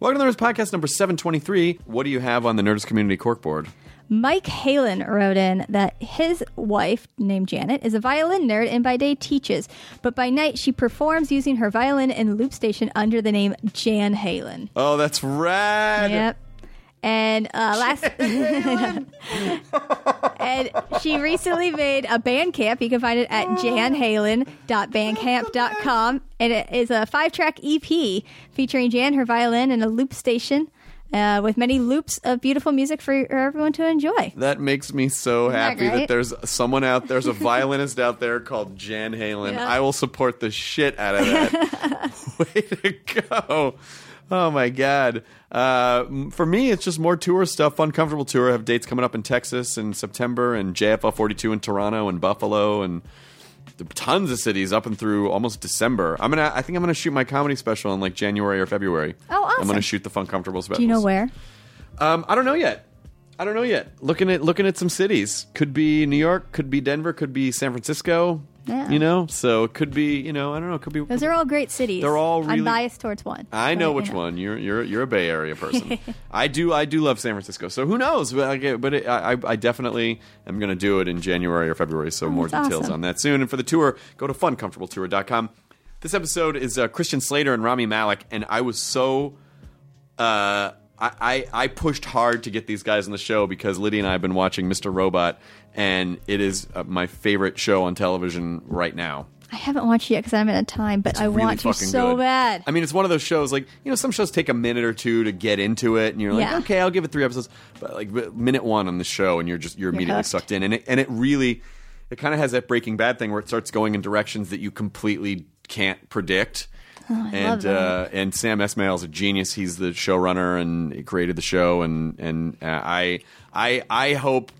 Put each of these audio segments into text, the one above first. Welcome to the Nerds Podcast number 723. What do you have on the Nerds Community Corkboard? Mike Halen wrote in that his wife, named Janet, is a violin nerd and by day teaches, but by night she performs using her violin in Loop Station under the name Jan Halen. Oh, that's rad. Yep. And uh, last, and she recently made a Bandcamp. You can find it at janhalen.bandcamp.com, and it is a five-track EP featuring Jan, her violin, and a loop station, uh, with many loops of beautiful music for everyone to enjoy. That makes me so that happy that, great? there's someone out there's a violinist out there called Jan Halen. I will support the shit out of that. Way to go. Oh my god. Uh, m- for me, it's just more tour stuff. Uncomfortable tour. I have dates coming up in Texas in September, and JFL 42 in Toronto and Buffalo, and th- tons of cities up and through almost December. I'm gonna. I think I'm gonna shoot my comedy special in like January or February. Oh, I'm gonna awesome. shoot the fun comfortable special. Do you know where? Um, I don't know yet. I don't know yet. Looking at looking at some cities. Could be New York. Could be Denver. Could be San Francisco. Yeah. You know, so it could be. You know, I don't know. It could be. Those are all great cities. They're all really- I'm biased towards one. I But, know you which one. You're you're you're a Bay Area person. I do I do love San Francisco. So who knows? But I get- but it, I I- I definitely am going to do it in January or February. So more Oh, that's details awesome. on that soon. And for the tour, go to funcomfortabletour.com. This episode is uh, Christian Slater and Rami Malik, and I was so. Uh, I, I I pushed hard to get these guys on the show because Lydia and I have been watching Mr. Robot, and it is uh, my favorite show on television right now. I haven't watched it yet because I'm out of time, but I really want to fucking so good. bad. I mean, it's one of those shows like you know, some shows take a minute or two to get into it, and you're like, Yeah. okay, I'll give it three episodes. But like but minute one on the show, and you're just you're, immediately hooked. sucked in, and it, and it really, it kind of has that Breaking Bad thing where it starts going in directions that you completely can't predict. and Oh, love that. uh, and Sam Esmail is a genius. He's the showrunner and he created the show. And and uh, I I I hope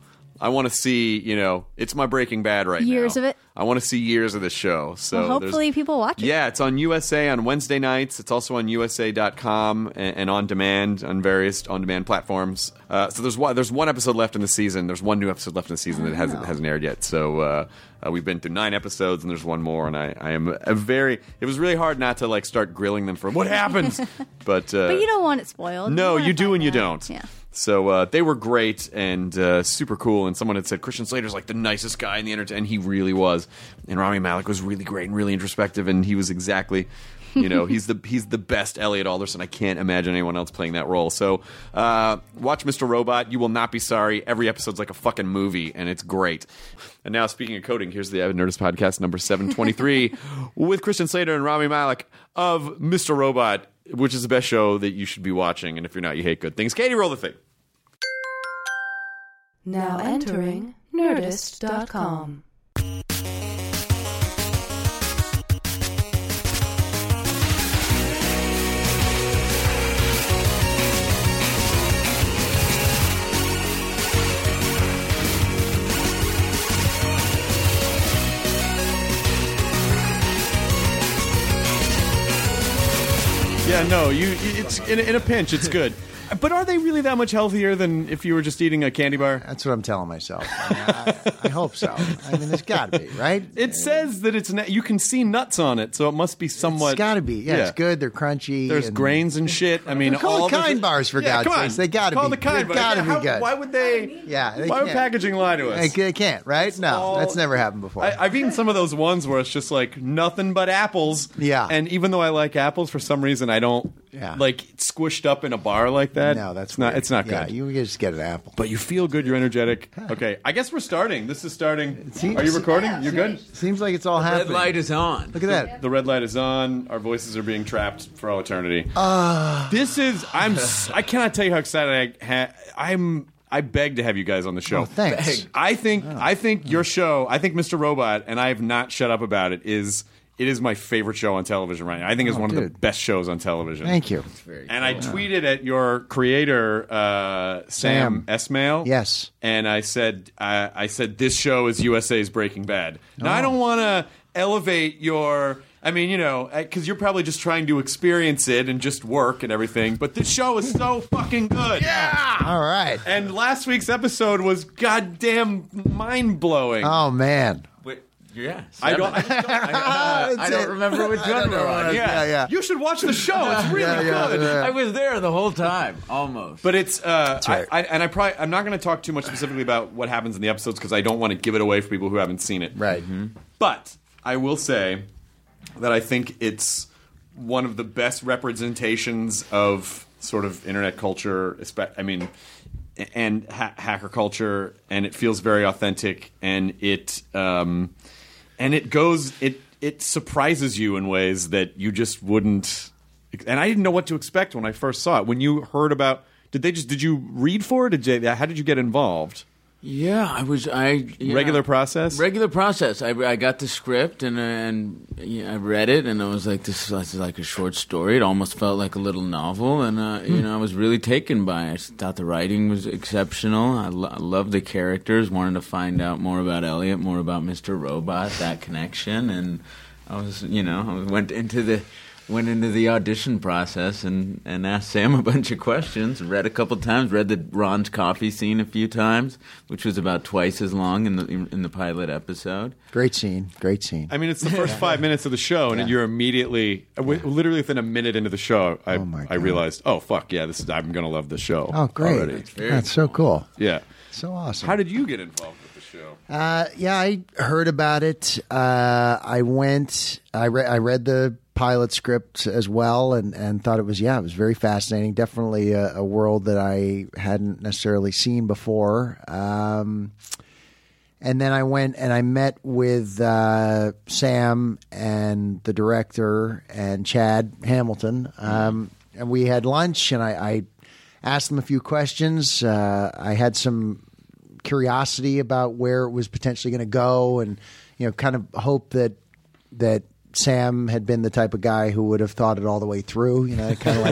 I want to see you know it's my Breaking Bad right Years now. of it. I want to see years of this show. So Well, there's- hopefully people watch it. yeah, it's on USA on Wednesday nights. It's also on USA.com and, and on demand on various on demand platforms. Uh, so there's one, there's one episode left in the season. There's one new episode left in the season that hasn't hasn't aired yet. So uh, uh, we've been through nine episodes and there's one more. And I, I am a very it was really hard not to like start grilling them for what happens. but uh, but you don't want it spoiled. no, wanna you do find and you out. don't. Yeah. So uh, they were great and uh, super cool. And someone had said Christian Slater's like the nicest guy in the entertainment, and he really was. And Rami Malik was really great and really introspective, and he was exactly. You know he's the he's the best Elliot Alderson. I can't imagine anyone else playing that role. So uh, watch Mr. Robot. You will not be sorry. Every episode's like a fucking movie, and it's great. And now speaking of coding, here's the Nerdist podcast number seven twenty three with Christian Slater and Rami Malik of Mr. Robot which is the best show that you should be watching. And if you're not, you hate good things. Katie, roll the thing. Now entering Nerdist.com. Yeah, no, you. It's in, in a pinch. It's good. But are they really that much healthier than if you were just eating a candy bar? That's what I'm telling myself. I, mean, I, I hope so. I mean, there's got to be, right? It says that it's na- you can see nuts on it, so it must be somewhat. it's got to be. Yeah, it's good. They're crunchy. There's and- grains and shit. I mean, They're called all the- kind bars, for yeah, God's come on. sakes. They gotta Call be- the kind they've bars. gotta Yeah, be how- good. Why would they? Yeah, they why would can't. packaging lie to us? They ca- can't, right? No, all- that's never happened before. I, I've eaten some of those ones where it's just like nothing but apples. Yeah. And even though I like apples, for some reason I don't. Yeah. like squished up in a bar like that. no, that's it's not. weird. It's not Yeah, good. you just get an apple. but you feel good. You're energetic. Okay, I guess we're starting. This is starting. Are you recording? You're good. Seems like it's all happening. is on. Look at that. The red light is on. Our voices are being trapped for all eternity. Ah. this is. I'm. s- I cannot tell you how excited I ha- I'm. I beg to have you guys on the show. Oh, thanks. Ah. I think. I think your show. I think Mr. Robot, and I have not shut up about it. Is it is my favorite show on television right now. I think it's Oh, one of the dude. best shows on television. Thank you. And I tweeted at your creator, uh, Sam. Sam, Esmail. Yes. And I said, I, I said, this show is USA's Breaking Bad. Now, I don't want to elevate your. I mean, you know, because you're probably just trying to experience it and just work and everything, but this show is so fucking good. Yeah! All right. And last week's episode was goddamn mind blowing. Oh man. Yeah. I don't. I just don't- I- I don't remember which one we're on. Yeah, yeah. You should watch the show. It's really Yeah, yeah, good. yeah. I was there the whole time, almost. But it's uh, right. I, I, and I probably I'm not going to talk too much specifically about what happens in the episodes because I don't want to give it away for people who haven't seen it. Right. Mm-hmm. But I will say that I think it's one of the best representations of sort of internet culture. espe- I mean, and ha- hacker culture, and it feels very authentic, and it um, and it goes it it surprises you in ways that you just wouldn't. And I didn't know what to expect when I first saw it. When you heard about, did they just did you read for it? Did you, how did you get involved? yeah, I was. I yeah. Regular process? Regular process. I, I got the script and and yeah, I read it and I was like, this is, this is like a short story. It almost felt like a little novel, and uh, you know, I was really taken by it. I thought the writing was exceptional. I, lo- I loved the characters. Wanted to find out more about Elliot, more about Mister Robot, that connection, and I was, you know, I went into the. Went into the audition process and, and asked Sam a bunch of questions. Read a couple times. Read the Ron's coffee scene a few times, which was about twice as long in the in the pilot episode. Great scene. Great scene. I mean, it's the first five minutes of the show, and you're immediately, wi- literally within a minute into the show, I, Oh my I God. realized, oh fuck, yeah, this is I'm gonna love the show. oh, great. already. That's so cool. Yeah. So awesome. How did you get involved with the show? Uh, yeah, I heard about it. Uh, I went. I read. I read the pilot script as well, and and thought it was yeah, it was very fascinating. Definitely a, a world that I hadn't necessarily seen before. Um, and then I went and I met with uh, Sam and the director and Chad Hamilton, um, and we had lunch. And I, I asked them a few questions. Uh, I had some curiosity about where it was potentially going to go, and you know, kind of hope that that. Sam had been the type of guy who would have thought it all the way through, you know, kind of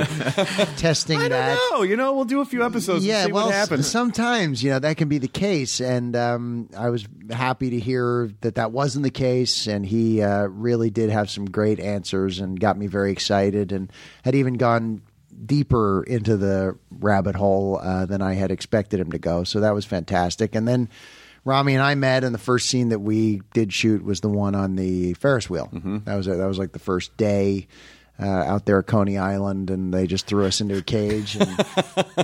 like testing that. Oh, you know, we'll do a few episodes. Yeah, and see well, what s- happens. sometimes you know that can be the case, and um, I was happy to hear that that wasn't the case. And he uh, really did have some great answers and got me very excited, and had even gone deeper into the rabbit hole uh, than I had expected him to go. So that was fantastic. And then Rami and I met, and the first scene that we did shoot was the one on the Ferris wheel. Mm-hmm. That was it. That was like the first day. Uh, out there at Coney Island, and they just threw us into a cage. And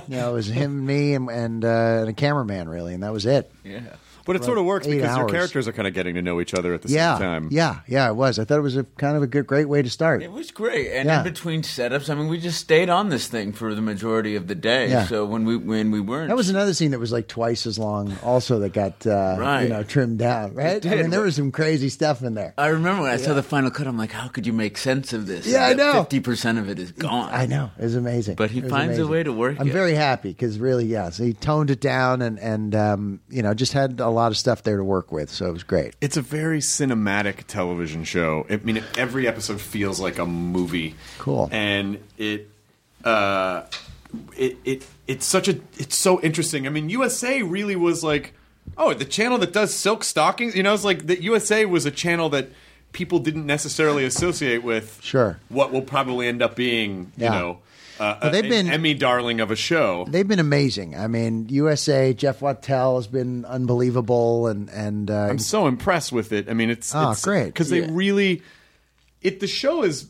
you know, it was him, me, and and, uh, and a cameraman really, and that was it. Yeah, but it sort of works eight because your hours. characters are kind of getting to know each other at the yeah, same time. yeah, yeah. It was. I thought it was a kind of a good, great way to start. Mm. It was great, and Yeah. in between setups, I mean, we just stayed on this thing for the majority of the day. Yeah. So when we when we weren't, That was another scene that was like twice as long. Also, that got uh, Right. you know trimmed down. Right? I did, mean, there but- was some crazy stuff in there. I remember when I saw the final cut. I'm like, how could you make sense of this? Yeah, I know. Fifty percent of it is gone. I know it was amazing, But he It was finds a way to work I'm it. very happy because really, yeah. So he toned it down and and um, you know just had a lot of stuff there to work with, so it was great. It's a very cinematic television show. I mean, every episode feels like a movie. Cool. And it, uh, it, it, it's such a, it's so interesting. I mean, USA really was like, oh, the channel that does silk stockings. You know, it's like that USA was a channel that people didn't necessarily associate with. Sure. What will probably end up being, Yeah. you know, uh, Well, they've an been- Emmy darling of a show. They've been amazing. I mean, USA Jeff Wattel has been unbelievable, and and uh, I'm so impressed with it. I mean, it's Ah, it's, great. because they Yeah. really it. The show is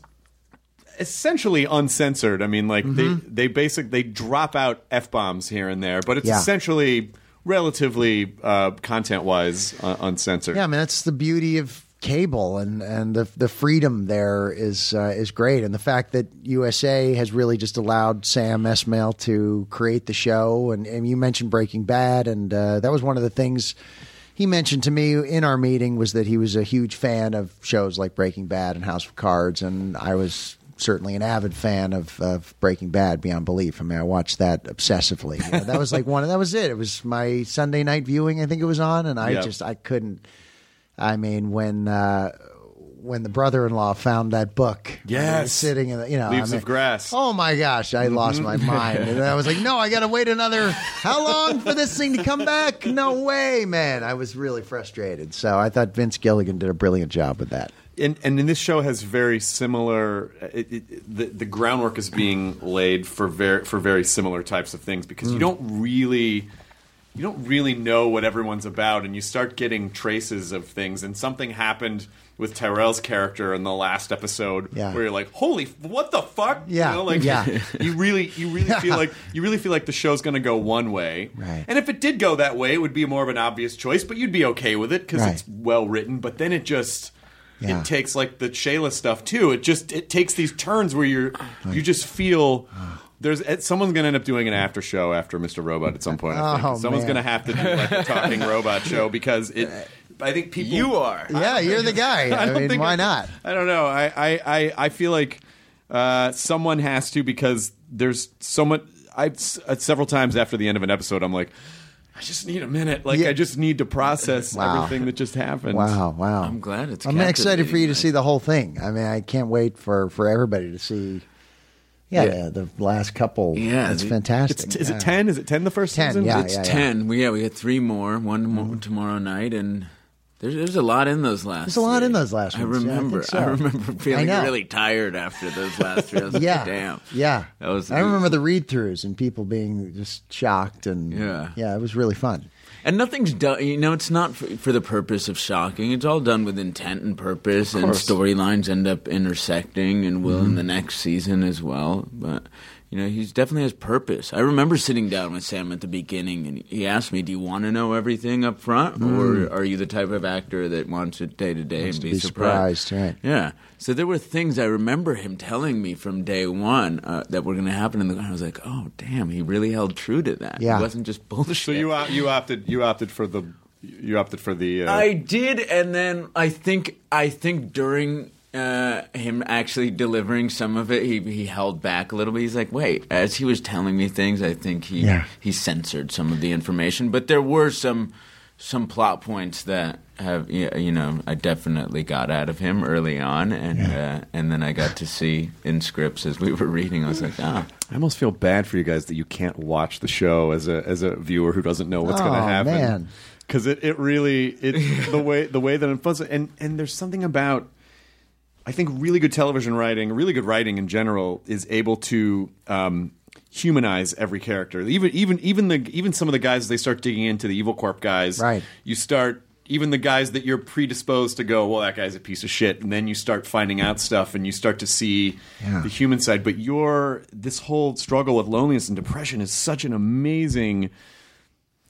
essentially uncensored. I mean, like Mm-hmm. they they basic they drop out f bombs here and there, but it's Yeah. essentially relatively uh, content wise uh, uncensored. Yeah, I mean that's the beauty of cable and and the the freedom there is uh, is great and the fact that USA has really just allowed Sam Esmail to create the show and, and you mentioned Breaking Bad and uh, that was one of the things he mentioned to me in our meeting was that he was a huge fan of shows like Breaking Bad and House of Cards and I was certainly an avid fan of, of Breaking Bad beyond belief I mean I watched that obsessively You know, that was like one of, that was it it was my Sunday night viewing I think it was on and I Yeah. just I couldn't I mean, when uh, when the brother-in-law found that book, when he was Yes. sitting in the you know Leaves I mean, of Grass. Oh my gosh, I lost my mind, and I was like, no, I got to wait another how long for this thing to come back? No way, man! I was really frustrated. So I thought Vince Gilligan did a brilliant job with that. and and then this show has very similar it, it, the the groundwork is being laid for very for very similar types of things because you Mm. don't really you don't really know what everyone's about and you start getting traces of things and something happened with Tyrell's character in the last episode Yeah. where you're like holy f- what the fuck Yeah, you know, like yeah. you really you really feel like you really feel like the show's going to go one way Right. and if it did go that way it would be more of an obvious choice but you'd be okay with it cuz Right. it's well written but then it just Yeah. it takes like the Shayla stuff too. It just it takes these turns where you're you just feel there's eh, someone's gonna end up doing an after show after Mr. Robot at some point. I think. Oh, someone's man. gonna have to do like a talking robot show because it. I think people. You are. Yeah, you're the guy. I, mean, why not? I don't know. I I I, I feel like uh, someone has to because there's so much. I've s- uh, several times after the end of an episode, I'm like, I just need a minute. Like I just need to process Wow. everything that just happened. Wow, wow! I'm glad it's I'm excited for captivating, you to see the whole thing. I mean, I can't wait for for everybody to see. Yeah, Yeah. the last couple. Yeah, it's the- fantastic. it's- is it Yeah. 10 is it 10 the first 10, season? yeah, it's yeah, yeah. 10 we yeah we had three more one more tomorrow night and there's, there's a lot in those last There's a lot in those last I ones. Yeah, I think remember so. I remember feeling know. really tired after those last three I was like, yeah, damn yeah. that was I remember the read-throughs and people being just shocked and Yeah. yeah, it was really fun. And nothing's done. You know, it's not for, for the purpose of shocking. It's all done with intent and purpose, Of and course. storylines end up intersecting and will in the Mhm. next season as well. But you know, he's definitely has purpose. I remember sitting down with Sam at the beginning, and he asked me, "Do you want to know everything up front, Mm. or are you the type of actor that wants it day to day Wants and to be, be surprised?" surprised, right. Yeah. So there were things I remember him telling me from day one uh, that were going to happen, and I was like, "Oh, damn! He really held true to that. Yeah. It wasn't just bullshit." So you op- you opted you opted for the you opted for the uh, I did, and then I think I think during uh, him actually delivering some of it, he he held back a little bit. He's like, wait, as he was telling me things, I think he Yeah. he censored some of the information, but there were some some plot points that have y- you know I definitely got out of him early on, and uh, and then I got to see in scripts as we were reading, I was like, ah. I almost feel bad for you guys that you can't watch the show as a as a viewer who doesn't know what's going to Oh, happen. man. Because it, it really it the way the way that it unfolds and and there's something about I think really good television writing, really good writing in general, is able to um, humanize every character. Even even even the even some of the guys they start digging into the evil corp guys. Right. You start even the guys that you're predisposed to go, well, that guy's a piece of shit, and then you start finding out stuff, and you start to see Yeah. the human side. But your this whole struggle with loneliness and depression is such an amazing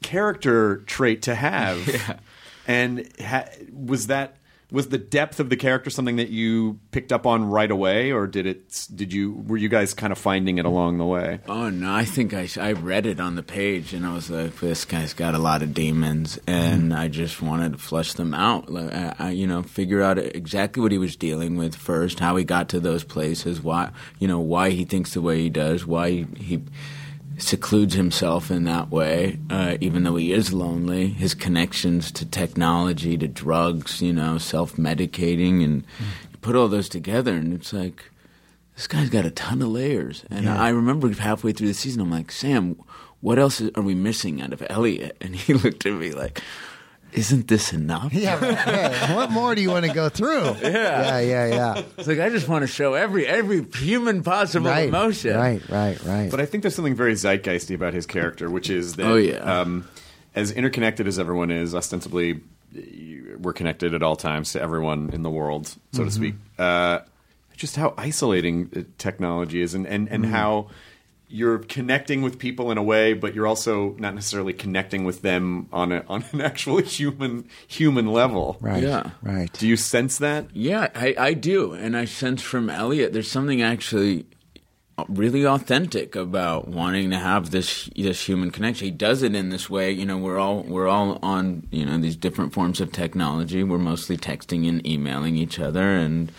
character trait to have. And ha- was that was the depth of the character something that you picked up on right away, or did it? Did you were you guys kind of finding it along the way? Oh no! I think I I read it on the page, and I was like, "This guy's got a lot of demons," and I just wanted to flush them out. Like, I, I, you know, figure out exactly what he was dealing with first, how he got to those places, why you know why he thinks the way he does, why he, he secludes himself in that way, uh, even though he is lonely. His connections to technology, to drugs, you know, self medicating, and you put all those together, and it's like this guy's got a ton of layers. And Yeah. I remember halfway through the season, I'm like, Sam, what else is- are we missing out of Elliot? And he looked at me like, isn't this enough? Yeah, right. Yeah. what more do you want to go through? yeah, yeah, yeah. It's like I just want to show every every human possible Right, emotion. right, right, right. But I think there's something very zeitgeisty about his character, which is that Oh, yeah. um, as interconnected as everyone is, ostensibly you- we're connected at all times to everyone in the world, Mm-hmm. so to Mhm. Mm-hmm. speak. Uh, just how isolating uh, technology is, and and, and Mhm. how you're connecting with people in a way, but you're also not necessarily connecting with them on a, on an actual human human level. Right. Yeah. Right. Do you sense that? Yeah, I, I do, and I sense from Elliot there's something actually really authentic about wanting to have this this human connection. He does it in this way. You know, we're all we're all on you know these different forms of technology. We're mostly texting and emailing each other, and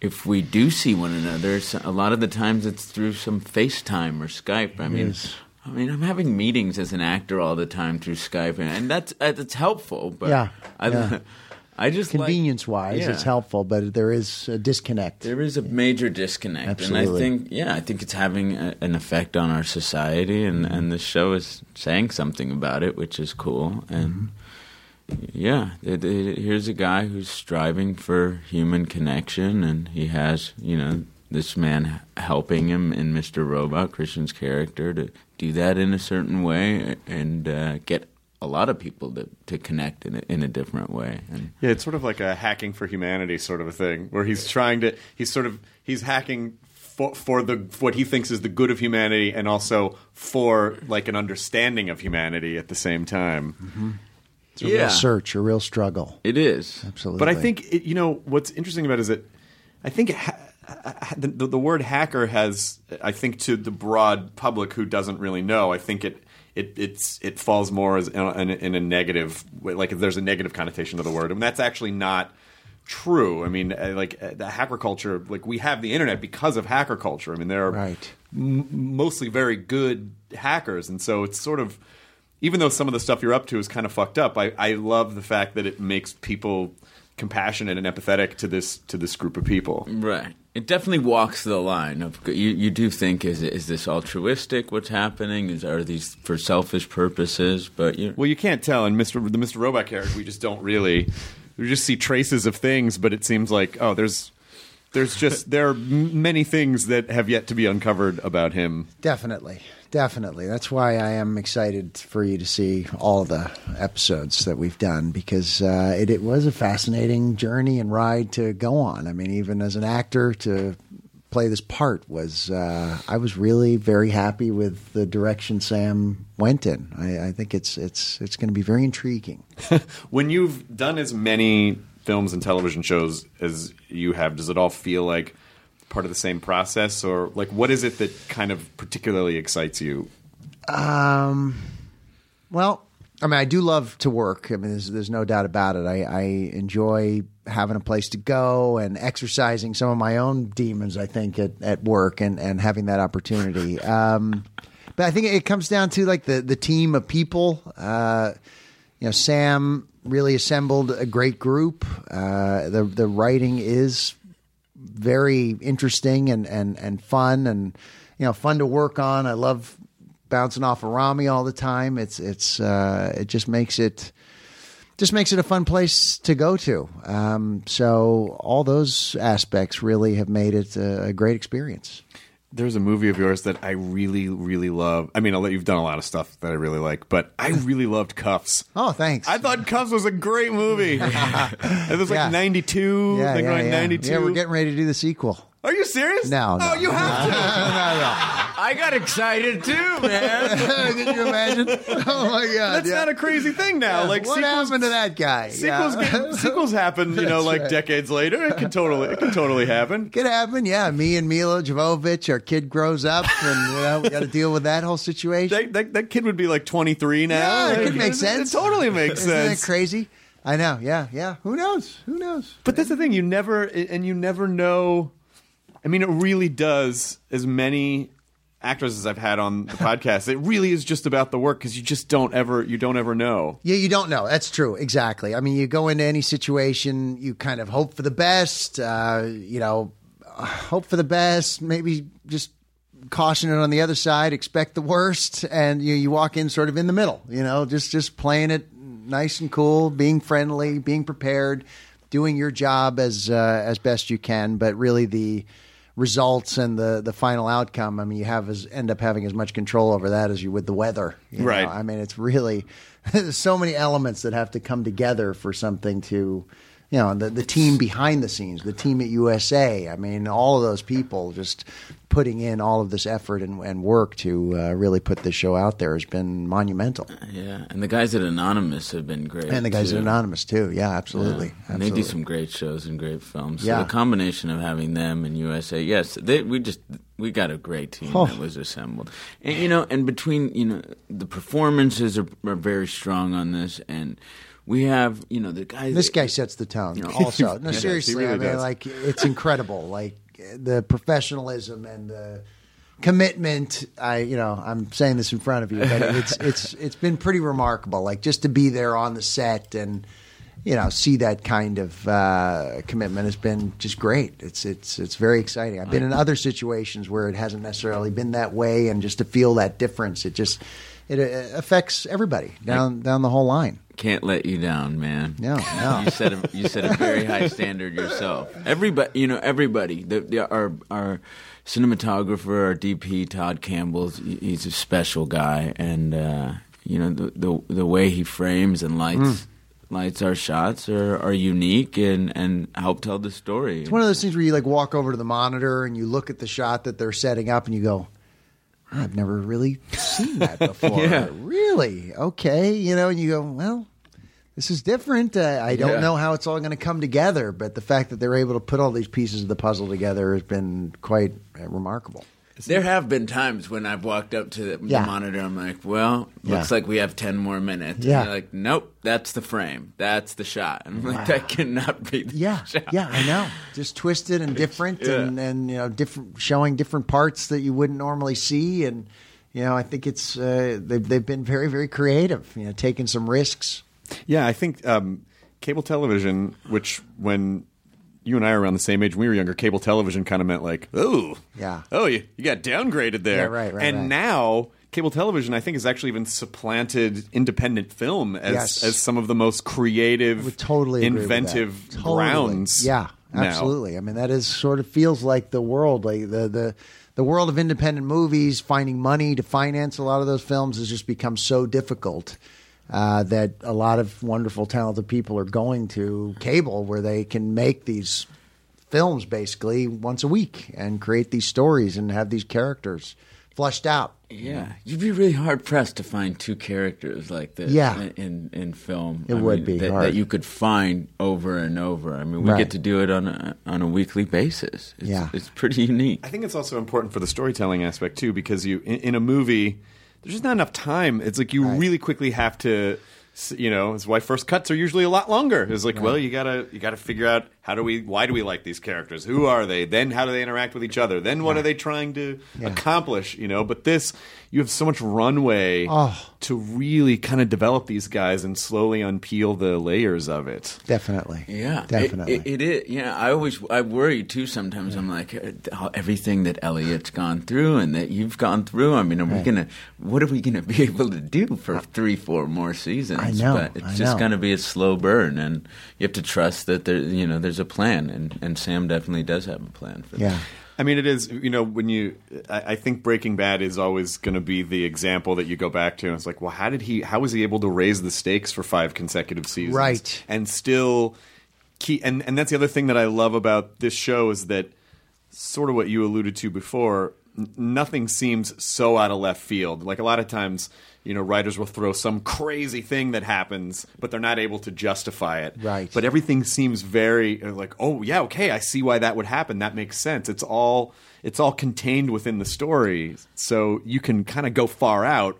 if we do see one another, it's- a lot of the times it's through some FaceTime or Skype. I mean. Yes. I mean, I'm having meetings as an actor all the time through Skype, and- and that's uh, that's helpful. But Yeah, I, yeah. I just like- Convenience wise, Yeah. it's helpful, but there is a disconnect. There is a major disconnect, and I Absolutely. think yeah, I think it's having a, an effect on our society, and and this show is saying something about it, which is cool. And yeah, it, it, here's a guy who's striving for human connection, and he has you know this man helping him in Mr. Robot, Christian's character, to do that in a certain way and uh, get a lot of people to to connect in a, in a different way. And Yeah, it's sort of like a hacking for humanity sort of a thing, where he's trying to he's sort of he's hacking for, for the what he thinks is the good of humanity, and also for like an understanding of humanity at the same time. It's a real search, a real struggle. It is Absolutely. But I think it, you know what's interesting about it is that I think ha- ha- the, the, the word hacker has I think to the broad public who doesn't really know I think it. It, it's it falls more as in a, in a negative way. like there's a negative connotation to the word and that's actually not true I mean uh, like uh, the hacker culture like we have the internet because of hacker culture I mean there are Right. m- mostly very good hackers, and so it's sort of even though some of the stuff you're up to is kind of fucked up. I, I love the fact that it makes people compassionate and empathetic to this to this group of people. Right. It definitely walks the line of you. You do think is is this altruistic? What's happening? Is are these for selfish purposes? But you, Well, you can't tell, and Mr. the Mr. Robot character, we just don't really we just see traces of things, but it seems like oh, there's there's just there are m- many things that have yet to be uncovered about him. Definitely. Definitely. That's why I am excited for you to see all the episodes that we've done because uh, it, it was a fascinating journey and ride to go on. I mean, even as an actor, to play this part was, uh, I was really very happy with the direction Sam went in. I, I think it's, it's, it's going to be very intriguing. when you've done as many films and television shows as you have, does it all feel like part of the same process, or like what is it that kind of particularly excites you? Um, well, I mean, I do love to work. I mean, there's, there's no doubt about it. I, I enjoy having a place to go and exercising some of my own demons, I think, at, at work and, and having that opportunity. Um, but I think it comes down to like the, the team of people. Uh, you know, Sam really assembled a great group. Uh, the, the writing is very interesting and, and, and fun and you know fun to work on. I love bouncing off of Rami all the time. It's it's uh, it just makes it just makes it a fun place to go to. Um, so all those aspects really have made it a, a great experience. There's a movie of yours that I really, really love. I mean, I'll let you've done a lot of stuff that I really like, but I really loved Cuffs. Oh, thanks. I thought Cuffs was a great movie. it was like Yeah. '92, yeah, like yeah, yeah. 92. Yeah, we're getting ready to do the sequel. Are you serious? No, Oh, no. you have to. I got excited too, man. Did you imagine? Oh my god! That's yeah. not a crazy thing now. Like what sequels, happened to that guy? sequels, Yeah. get, sequels happen, you know, That's like right. decades later. It can totally, it can totally happen. Could happen, yeah. Me and Milo Jovovich, our kid grows up, and you know, we got to deal with that whole situation. That, that, that kid would be like 23 now. Yeah, it Like, could make sense. It totally makes Isn't sense. that crazy? I know. Yeah, yeah. Who knows? Who knows? But that's the thing. You never, and you never know. I mean, it really does. As many actors as I've had on the podcast, it really is just about the work because you just don't ever, you don't ever know. Yeah, you don't know. That's true. Exactly. I mean, you go into any situation, you kind of hope for the best. Uh, you know, hope for the best. Maybe just caution it on the other side. Expect the worst, and you you walk in sort of in the middle. You know, just just playing it nice and cool, being friendly, being prepared, doing your job as uh, as best you can. But really, the results and the the final outcome. I mean, you have as end up having as much control over that as you would the weather. you Right. I mean, it's really there's so many elements that have to come together for something to you know, the, the team behind the scenes, the team at USA. I mean, all of those people just putting in all of this effort and, and work to uh, really put this show out there has been monumental. Yeah, and the guys at Anonymous have been great. And the guys too. at Anonymous, too. Yeah, absolutely. Yeah. And they do absolutely. some great shows and great films. So Yeah. the combination of having them and USA, yes, they, we just we got a great team Oh. that was assembled. And you know, and between you know the performances are, are very strong on this, and we have you know the guys. This guy sets the tone. know, Also, no, Yes, he seriously, really I mean, does. like it's incredible. Like the professionalism and the commitment. I, you know, I'm saying this in front of you, but it's it's it's been pretty remarkable. Like just to be there on the set and you know see that kind of uh, commitment has been just great. It's it's it's very exciting. I've been in other situations where it hasn't necessarily been that way, and just to feel that difference, it just it uh, affects everybody down down the whole line. can't let you down, man. No, no. You set a, you set a very high standard yourself. Everybody, you know, everybody. The, the, our our cinematographer, our DP, Todd Campbell's. he- He's a special guy, and uh, you know the, the the way he frames and lights. Mm. Lights our shots are, are unique and, and help tell the story. It's one of those things where you like walk over to the monitor and you look at the shot that they're setting up and you go, I've never really seen that before. Yeah. Really? Okay. You know, and you go, well, this is different. Uh, I don't Yeah. know how it's all going to come together, but the fact that they're able to put all these pieces of the puzzle together has been quite uh, remarkable. There have been times when I've walked up to the, Yeah. the monitor. I'm like, "Well, looks Yeah. like we have ten more minutes." Yeah. And you're like, "Nope, that's the frame. That's the shot." And I'm like, "That cannot be the Yeah, shot." yeah, I know. Just twisted and different, yeah. and and you know, different, showing different parts that you wouldn't normally see, and you know, I think it's uh, they've they've been very very creative. You know, taking some risks. Yeah, I think um, cable television, which when you and I were around the same age when we were younger, cable television kind of meant like, oh, Yeah. oh, you, you got downgraded there. Yeah, right, right, And right. now cable television, I think, has actually even supplanted independent film as Yes. as some of the most creative, Would totally agree with that. inventive Totally. grounds. Yeah, now. absolutely. I mean, that is sort of feels like the world, like the the the world of independent movies. Finding money to finance a lot of those films has just become so difficult. Uh, that a lot of wonderful, talented people are going to cable where they can make these films basically once a week and create these stories and have these characters flushed out. Yeah, you'd be really hard pressed to find two characters like this. Yeah. in in, in film, It would mean, be that, hard. that you could find over and over. I mean, we Right. get to do it on a, on a weekly basis. It's, Yeah. it's pretty unique. I think it's also important for the storytelling aspect too, because you in, in a movie, there's just not enough time. It's like you really quickly have to, s- you know, it's why first cuts are usually a lot longer. It's like, well, you gotta you gotta figure out how do we why do we like these characters? Who are they? Then how do they interact with each other? Then what are they trying to Yeah. accomplish? You know, but this you have so much runway Oh. to really kind of develop these guys and slowly unpeel the layers of it. Definitely. Yeah, it- Definitely. It, it is. Yeah, I always I worry too. Sometimes I'm like, eh, how- everything that Elliot's gone through and that you've gone through. I mean, are we Right. Uh, gonna? What are we gonna be able to do for three, four more seasons? I know, But it's I just know. gonna be a slow burn, and you have to trust that there. You know, there's a plan, and and Sam definitely does have a plan for that. I mean, it is, you know, when you, I, I think Breaking Bad is always going to be the example that you go back to. And it's like, well, how did he, how was he able to raise the stakes for five consecutive seasons? Right. And still keep, and, and that's the other thing that I love about this show is that sort of what you alluded to before, n- nothing seems so out of left field. Like a lot of times, you know, writers will throw some crazy thing that happens, but they're not able to justify it. Right. But everything seems very uh, like, oh yeah, okay, I see why that would happen. That makes sense. It's all it's all contained within the story, so you can kind of go far out,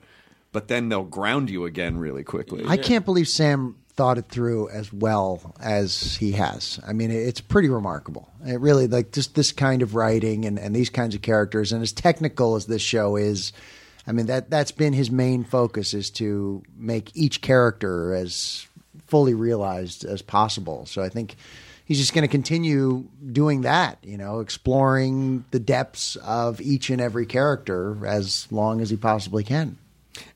but then they'll ground you again really quickly. I can't believe Sam thought it through as well as he has. I mean, it's pretty remarkable. It really like just this kind of writing and, and these kinds of characters and as technical as this show is, I mean that that's been his main focus is to make each character as fully realized as possible. So I think he's just going to continue doing that, you know, exploring the depths of each and every character as long as he possibly can.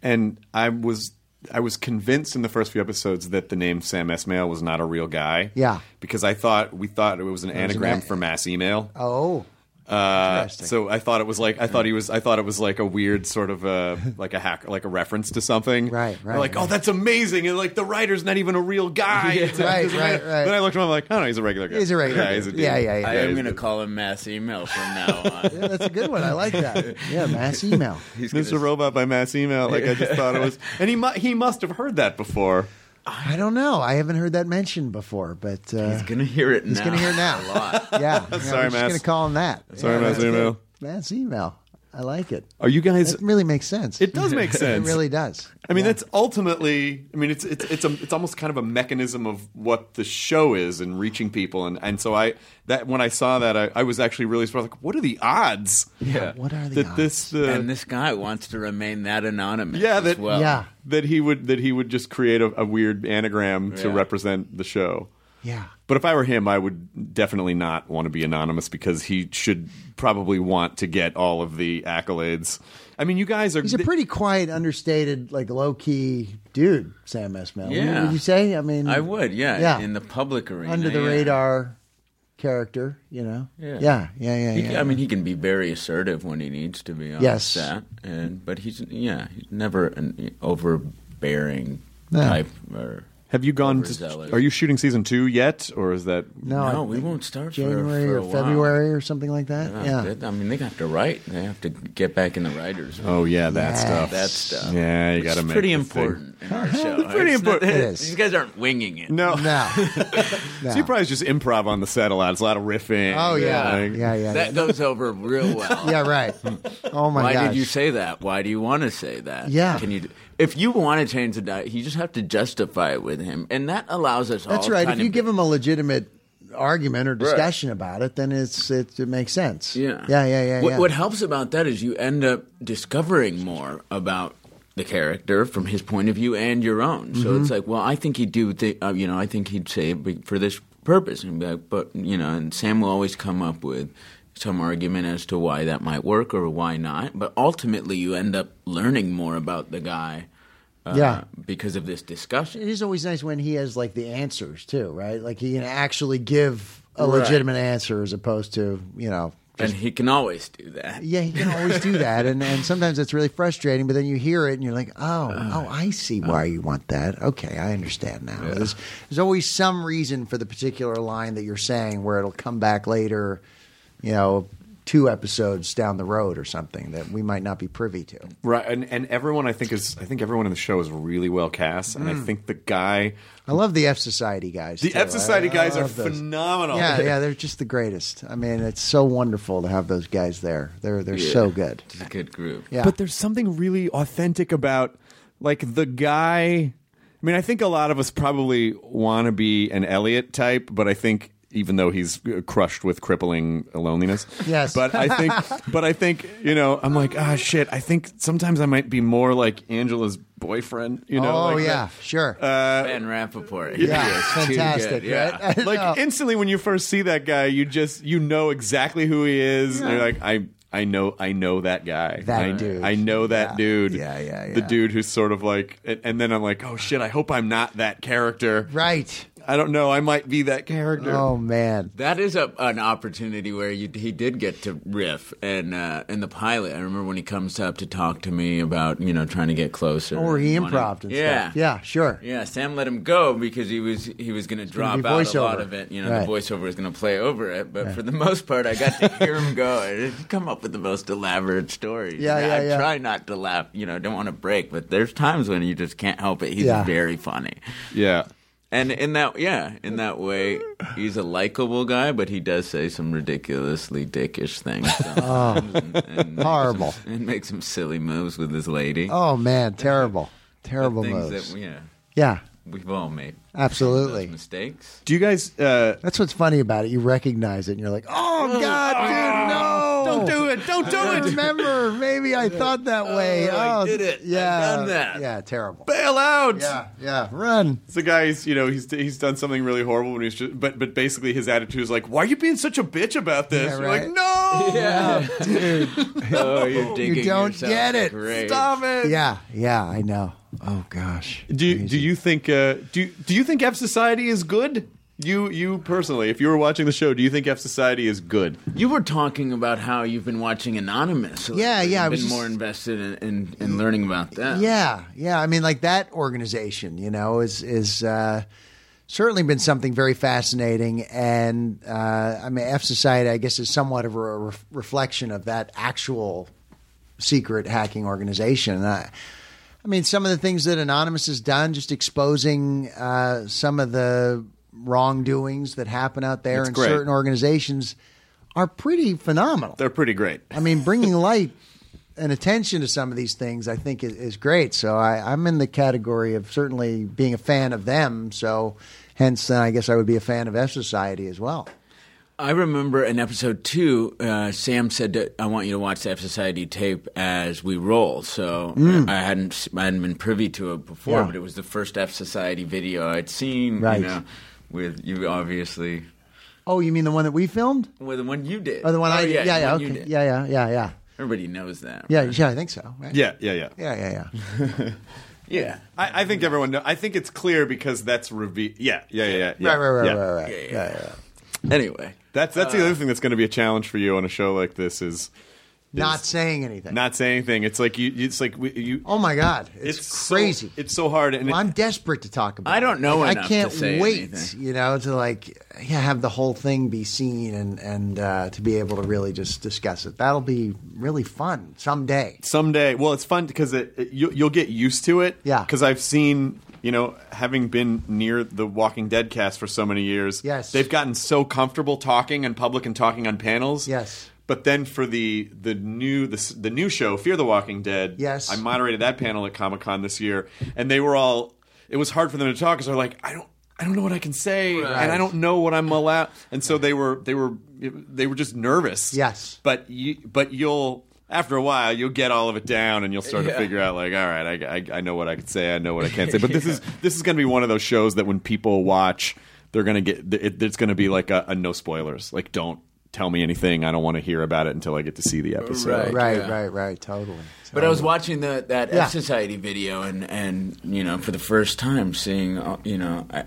and I was I was convinced in the first few episodes that the name Sam Esmail was not a real guy. Yeah. because I thought we thought it was an was an anagram a- for mass email. Oh, Uh, so I thought it was like I thought he was I thought it was like a weird sort of uh like a hack like a reference to something. Right, right, Like, oh, right. that's amazing, and like the writer's not even a real guy. It's a- right, it's a- right, right. Then I looked at him, I'm like, oh no, he's a regular guy. He's a regular Yeah, guy. he's a dude. Yeah, yeah, yeah. I Yeah, am he's going to call him Mass Email from now on. Yeah, that's a good one. I like that. Yeah, mass email. Mr. Robot by mass email. Like I just thought it was, and he mu- he must have heard that before. I don't know. I haven't heard that mentioned before, but uh, He's going to hear it he's now. gonna hear it now. A lot. yeah, yeah, we're Sorry, just Mass. gonna call him that. Sorry, Yeah, Mass that's email. good. Mass email. I like it. Are you guys? It really makes sense. It does make sense. It really does. I mean, that's ultimately. I mean, it's it's it's a, it's almost kind of a mechanism of what the show is and reaching people, and and so I that when I saw that, I, I was actually really surprised. Like, what are the odds? Yeah. What are the that this uh, and this guy wants to remain that anonymous. yeah as that well. Yeah. that he would that he would just create a, a weird anagram to Yeah. represent the show. Yeah. But if I were him, I would definitely not want to be anonymous because he should probably want to get all of the accolades. I mean, you guys are He's a pretty quiet, understated, like low key dude, Sam Esmail. Yeah. Would you say? I mean, I would, yeah, Yeah. in the public arena. under the yeah. radar character, you know? Yeah. Yeah. Yeah. Yeah. He, yeah, I mean, he can be very assertive when he needs to be on Yes. set, and but he's yeah, he's never an overbearing No. type. Or Have you gone? Overzealous. To, are you shooting season two yet, or is that? no, I no, we think won't start for- January for or a while. February or something like that. Uh, yeah. they- I mean, they have to write. They have to get back in the writers. room. Oh yeah, that stuff. That stuff. Yeah, you Which got to is make pretty this thing. important in our show. pretty It's not- important. It is. These guys aren't winging it. No, No. so you probably just improv on the set a lot. It's a lot of riffing. Oh yeah. Like- Hmm. Yeah. Yeah. that goes over real well. yeah. Right. Oh my Why gosh. did you say that? Why do you want to say that? Yeah. Can you? If you want to change the diet, you just have to justify it with him, and that allows us. That's all right. If kind you of- give him a legitimate argument or discussion about it, then it's it, it makes sense. yeah, Yeah. Yeah. Yeah. What, yeah. what helps about that is you end up discovering more about the character from his point of view and your own. So Mm-hmm. it's like, well, I think he'd do, thi- uh, you know, I think he'd say it be- for this purpose, and be like, but you know, and Sam will always come up with. Some argument as to why that might work or why not, but ultimately you end up learning more about the guy uh, Yeah. because of this It discussion. is always nice when he has like the answers too, right? Like he can actually give a legitimate answer as opposed to you know. and he can always do that. Yeah, he can always do that, and and sometimes that's really frustrating. But then you hear it, and you're like, oh, Uh, oh, I see why you want that. Okay, I understand now. There's there's always some reason for the particular line that you're saying where it'll come back later, you know, two episodes down the road or something that we might not be privy to. Right, and and everyone I think is I think everyone in the show is really well cast, and I Hmm. think the guy, I love the F Society guys. the too. F Society I- I guys are love those. phenomenal. Yeah, yeah, they're just the greatest. I mean, it's so wonderful to have those guys there. They're they're so good. It's a good group. Yeah. But there's something really authentic about like the guy. I mean, I think a lot of us probably want to be an Elliot type, but I think even though he's uh, crushed with crippling loneliness. Yes. But I think but I think, you know, I'm like, ah shit, I think sometimes I might be more like Angela's boyfriend, you know, oh like uh, yeah, sure. ben Rappaport. yeah, fantastic, right? that- Like instantly when you first see that guy, you just you know exactly who he is. And you're like, I I know I know that guy. That I, dude. I know that Yeah. dude. Yeah, yeah, yeah. The dude who's sort of like and, and then I'm like, oh shit, I hope I'm not that character. right. I don't know, I might be that character. Oh man. That is a, an opportunity where you, he did get to riff, and uh, in the pilot, I remember when he comes up to talk to me about you know trying to get closer, Or he wanting- improv and yeah, stuff. Yeah, sure. yeah. Sam let him go because he was he was going to gonna drop be out a lot voiceover. of it. You know, Right. the voiceover was going to play over it, but for the most part, I got to hear him go and he'd come up with the most elaborate stories. Yeah, And yeah, I yeah. try not to laugh. You know, don't want to break, but there's times when you just can't help it. He's Yeah. very funny. Yeah. And in that, yeah, in that way, he's a likable guy, but he does say some ridiculously dickish things. sometimes and, and Oh, Horrible. Makes some, and makes some silly moves with his lady. Oh man, terrible. Terrible things moves. that yeah, yeah, we've all made absolutely. those mistakes. Do you guys uh That's what's funny about it. You recognize it and you're like, "Oh god, Ah. dude, no." it, don't do I remember. Maybe I thought that way. Oh, I oh, did it. I've Yeah. done that. Yeah, terrible. Bail out. Yeah, yeah. Run. It's the guy who's you know he's he's done something really horrible when he's just but but basically his attitude is like why are you being such a bitch about this? Yeah, You're right. like no, Yeah, dude. oh, you're digging don't yourself get a it. grave. stop it. Yeah, yeah, I know. Oh gosh. Do you, do you think uh, do you- do you think F Society is good? You you personally, if you were watching the show, do you think F Society is good? You were talking about how you've been watching Anonymous. Yeah, You've yeah, I Been was just- more invested in, in, in learning about that. Yeah, yeah. I mean, like that organization, you know, is is uh, certainly been something very fascinating. And uh, I mean, F Society, I guess, is somewhat of a re- reflection of that actual secret hacking organization. And I, I mean, some of the things that Anonymous has done, just exposing uh, some of the wrongdoings that happen out there It's in great. certain organizations, are pretty phenomenal. They're pretty great. I mean, bringing light and attention to some of these things, I think, is, is great. So I, I'm in the category of certainly being a fan of them. So hence, then I guess I would be a fan of F Society as well. I remember in episode two, uh, Sam said, that, "I want you to watch the F Society tape as we roll." So Mm. I hadn't s- I hadn't been privy to it before, Yeah. but it was the first F Society video I'd seen. Right. You know, with you obviously Oh, you mean the one that we filmed? with the one you did. Oh, the one one I did. Yeah, yeah, one you okay. did. yeah, yeah, yeah, yeah, Everybody knows that. yeah, yeah. I think so. right? Yeah, yeah, yeah. yeah, yeah, yeah. Yeah. I, I think everyone. Know, I think it's clear because that's reveal. Yeah, yeah, yeah, yeah, yeah. Right, right, right, yeah. right, right. yeah, yeah. Anyway, That's that's the other thing that's going to be a challenge for you on a show like this is Not saying anything. not saying anything. It's like you. It's like we, you. oh my God, it's, so- crazy. it's so hard, and it- Well, I'm desperate to talk about. I don't know It. Like, I enough to can't say wait, anything. you know, to like yeah, have the whole thing be seen and and uh, to be able to really just discuss it. That'll be really fun someday. someday. Well, it's fun because it, it- you, you'll get used to it. Yeah. Because I've seen, you know, having been near the Walking Dead cast for so many years. Yes. They've gotten so comfortable talking in public and talking on panels. Yes. But then for the the new the, s- the new show Fear the Walking Dead. Yes. I moderated that panel at Comic Con this year, and they were all. It was hard for them to talk because they're like, I don't. I don't know what I can say, and I don't know what I'm allowed. And so they were, they were, they were just nervous. Yes. But you, but you'll after a while you'll get all of it down, and you'll sort of figure out like, all right, I, I, I know what I can say, I know what I can't say. But this is this is going to be one of those shows that when people watch, they're going to get it, it's going to be like a, a no spoilers, like don't tell me anything, I don't want to hear about it until I get to see the Right. episode. Right, Yeah. right, right. Totally. But I was watching the that Yeah. F Society video, and and you know, for the first time, seeing all, you know I,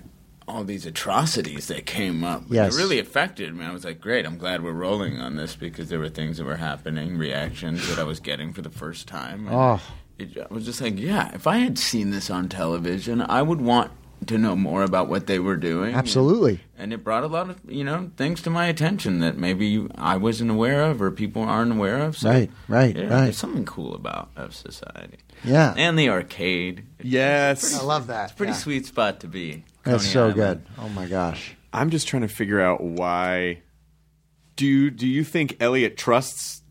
all these atrocities that came up. Yes. it really affected me. I was like, great, I'm glad we're rolling on this because there were things that were happening, reactions that I was getting for the first time. and Oh. it, I was just like, yeah, if I had seen this on television, I would want to know more about what they were doing. Absolutely. And it brought a lot of you know things to my attention that maybe I wasn't aware of or people aren't aware of. So, Right, right, yeah, right. There's something cool about of society. Yeah. and the arcade. It's Yes. I love that. a pretty Yeah. sweet spot to be. That's Coney so Island. good. Oh my gosh. I'm just trying to figure out why. Do you, do you think Elliot trusts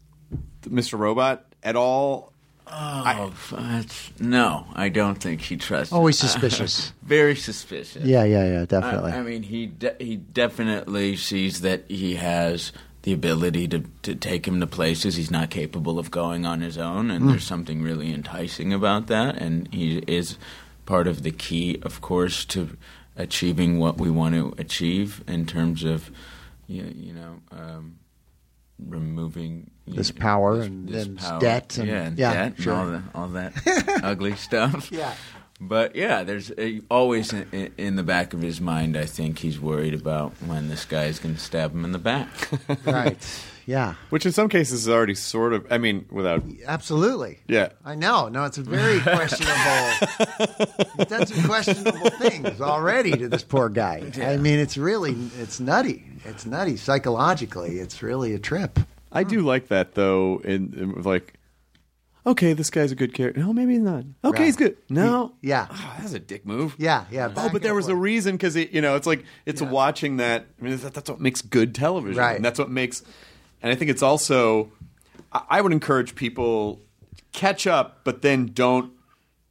Mr. Robot at all? Oh, that's, no, I don't think he trusts. Always Oh, suspicious. Very suspicious. yeah, yeah, yeah. I- Definitely. I, mean, he de- he definitely sees that he has the ability to, to take him to places he's not capable of going on his own, Hmm. and there's something really enticing about that. And he is part of the key, of course, to achieving what we want to achieve in terms of you, you know um, removing. you This know, power and- and debt and- yeah, and yeah, debt sure. and all, the, all that ugly stuff. Yeah. But yeah, there's uh, always in- in, in the back of his mind. I think he's worried about when this guy is going to stab him in the back. right. Yeah. Which in some cases is already sort of. I mean, without Absolutely. Yeah. I know. No, it's a very questionable. He's done some questionable things already to this poor guy. I mean, it's really, it's nutty. It's nutty psychologically. It's really a trip. I do like that though. In, in like, okay, this guy's a good character. No, maybe not. Okay, Right. he's good. No, Yeah. oh, that's a dick move. Yeah, yeah. Oh, back but there and was a forth. reason because you know it's like it's watching that. I mean, that, that's what makes good television, Right. And that's what makes. And I think it's also. I, I would encourage people catch up, but then don't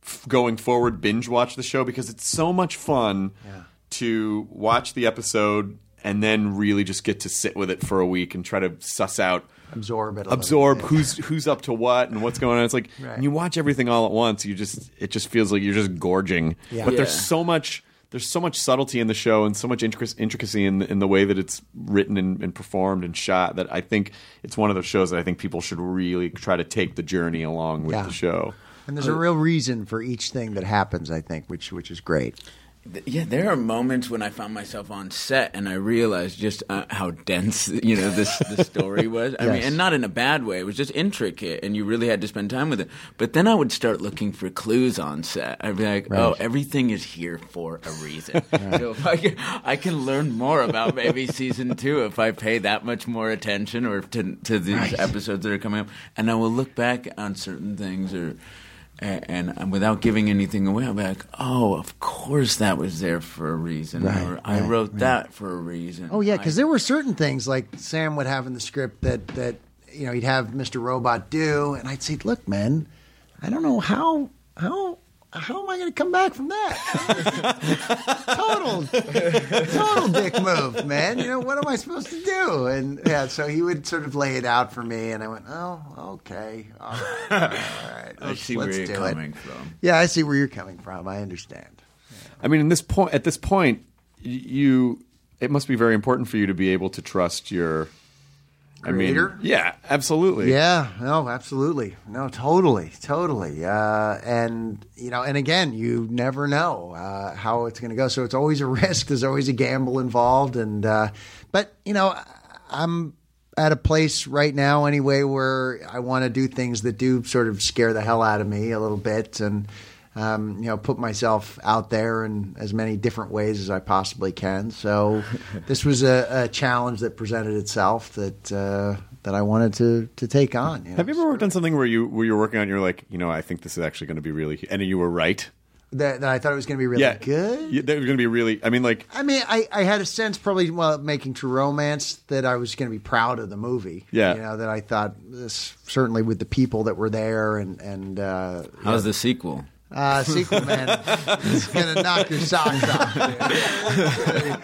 f- going forward binge watch the show because it's so much fun to watch the episode and then really just get to sit with it for a week and try to suss out absorb it. a little absorb bit. who's who's up to what and what's going on. It's like Right. when you watch everything all at once. You just it just feels like you're just gorging. Yeah. But there's Yeah. so much there's so much subtlety in the show and so much intric- intricacy in the, in the way that it's written and, and performed and shot that I think it's one of those shows that I think people should really try to take the journey along with Yeah. the show. And there's a real reason for each thing that happens, I think, which which is great. th- yeah, there are moments when I found myself on set and I realized just uh, how dense you know this the story was. I mean, Yes. and not in a bad way. It was just intricate, and you really had to spend time with it. But then I would start looking for clues on set. I'd be like, Right. "Oh, everything is here for a reason." Right. So if I can, I can learn more about maybe season two if I pay that much more attention or to to these Right. episodes that are coming up, and I will look back on certain things or. a- And, and without giving anything away, I'll be like, "Oh, of course that was there for a reason. Right, or I right, wrote right. that for a reason." Oh yeah, because there were certain things like Sam would have in the script that that you know he'd have Mr. Robot do, and I'd say, "Look, man, I don't know how how." How am I going to come back from that? total, total dick move, man. You know what am I supposed to do? And yeah, so he would sort of lay it out for me, and I went, "Oh, okay, all right, all right, I see let's where you're do coming it." from. Yeah, I see where you're coming from. I understand. I mean, in this point, at this point, y- you it must be very important for you to be able to trust your I Creator? mean, yeah, absolutely. Yeah, no, absolutely. No, totally, totally. Uh, and, you know, and again, you never know uh, how it's going to go. So it's always a risk. There's always a gamble involved. And, uh, but, you know, I- I'm at a place right now anyway where I want to do things that do sort of scare the hell out of me a little bit and, um, you know, put myself out there in as many different ways as I possibly can. So this was a, a challenge that presented itself that uh, that I wanted to to take on. You know? Have you ever worked on something where you where you're working on, you're like, you know, I think this is actually going to be really, hu-" and you were right. that, that I thought it was going to be really yeah, good. Yeah, they're going to be really. I mean, like, I mean, I, I had a sense probably while making True Romance that I was going to be proud of the movie. Yeah. you know that I thought this certainly with the people that were there and and uh, How's the sequel? Uh, sequel man is gonna knock your socks off. dude.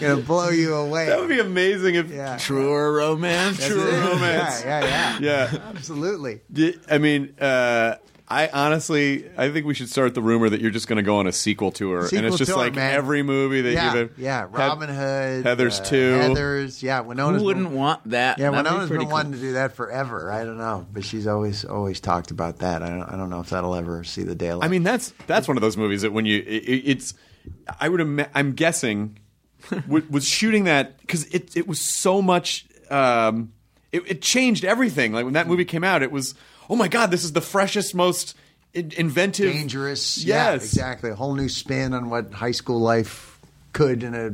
gonna blow you away. That would be amazing if truer romance, truer romance. Yeah, yeah, yeah. yeah. Absolutely. D- I mean, uh, I honestly, I think we should start the rumor that you're just going to go on a sequel tour, and Sequel it's just tour, like man. every movie that yeah, you've yeah, Heath- Robin Hood, Heather's uh, two. Heather's, yeah, Winona's Who wouldn't want that? Yeah, That'd be Winona's been pretty wanting to do that forever. I don't know, but she's always always talked about that. I don't, I don't know if that'll ever see the daylight. I mean, that's that's one of those movies that when you it, it- it's, I would ima- I'm guessing was, was shooting that because it it was so much. Um, it, it changed everything. Like when that movie came out, it was oh my god, this is the freshest, most in- inventive, dangerous. Yeah, Yes, exactly. A whole new spin on what high school life could, in a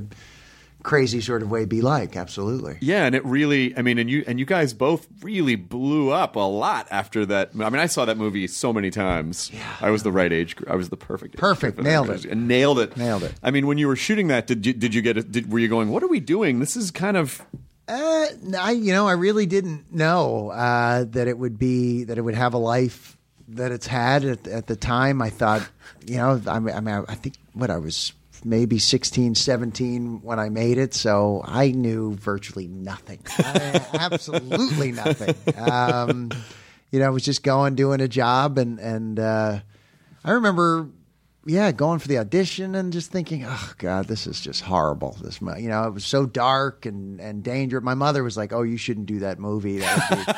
crazy sort of way, be like. Absolutely. Yeah, and it really I mean and you and you guys both really blew up a lot after that. I mean, I saw that movie so many times. Yeah. I was the right age group. I was the perfect age Perfect. group for that Nailed movie. it. And nailed it. Nailed it. I mean, when you were shooting that, did you did you get a, did, were you going, "What are we doing? This is kind of Uh, n- I you know I really didn't know uh, that it would be that it would have a life that it's had at, at the time. I thought you know I mean I, mean, I think what I was maybe 16 17 when i made it so i knew virtually nothing I, absolutely nothing um, you know i was just going doing a job and and uh, i remember yeah, going for the audition and just thinking, oh god, this is just horrible. This, mo-" you know, it was so dark and and dangerous. My mother was like, oh, you shouldn't do that movie. That would be,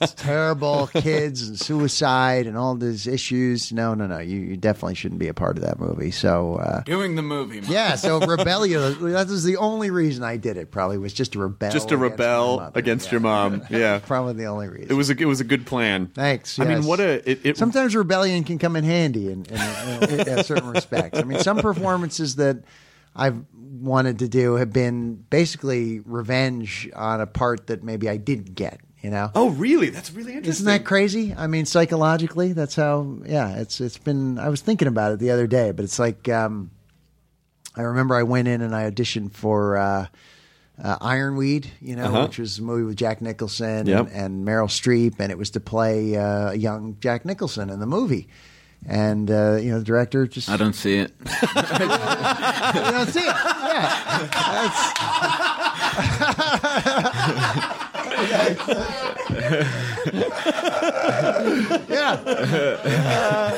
it's terrible, kids and suicide and all these issues. No, no, no, you, you definitely shouldn't be a part of that movie. So. Uh, Doing the movie, Mom. yeah, so rebellious. That was the only reason I did it. Probably was just to rebel. just to against my rebel mother. against your mom." Yeah. Probably the only reason. It was a it was a good plan. Thanks. I mean, yes. what a it, it sometimes rebellion can come in handy in, in, in, in certain respects. I mean, some performances that I've wanted to do have been basically revenge on a part that maybe I didn't get. You know? Oh, really? That's really interesting. Isn't that crazy? I mean, psychologically, that's how. Yeah, it's it's been. I was thinking about it the other day, but it's like um, I remember I went in and I auditioned for uh, uh, Ironweed, you know, Uh-huh. which was a movie with Jack Nicholson Yep. and, and Meryl Streep, and it was to play uh, young Jack Nicholson in the movie. And uh, you know, the director just I don't see it. you don't see it. Yeah, that's yeah.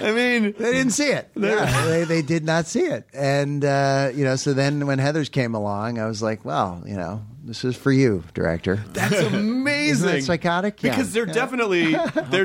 I mean, they didn't see it. Yeah, they, they did not see it. And, uh, you know, so then when Heather's came along, I was like, well, you know, This is for you, director. That's amazing. Isn't that psychotic? Yeah. Because they're Yeah. definitely they're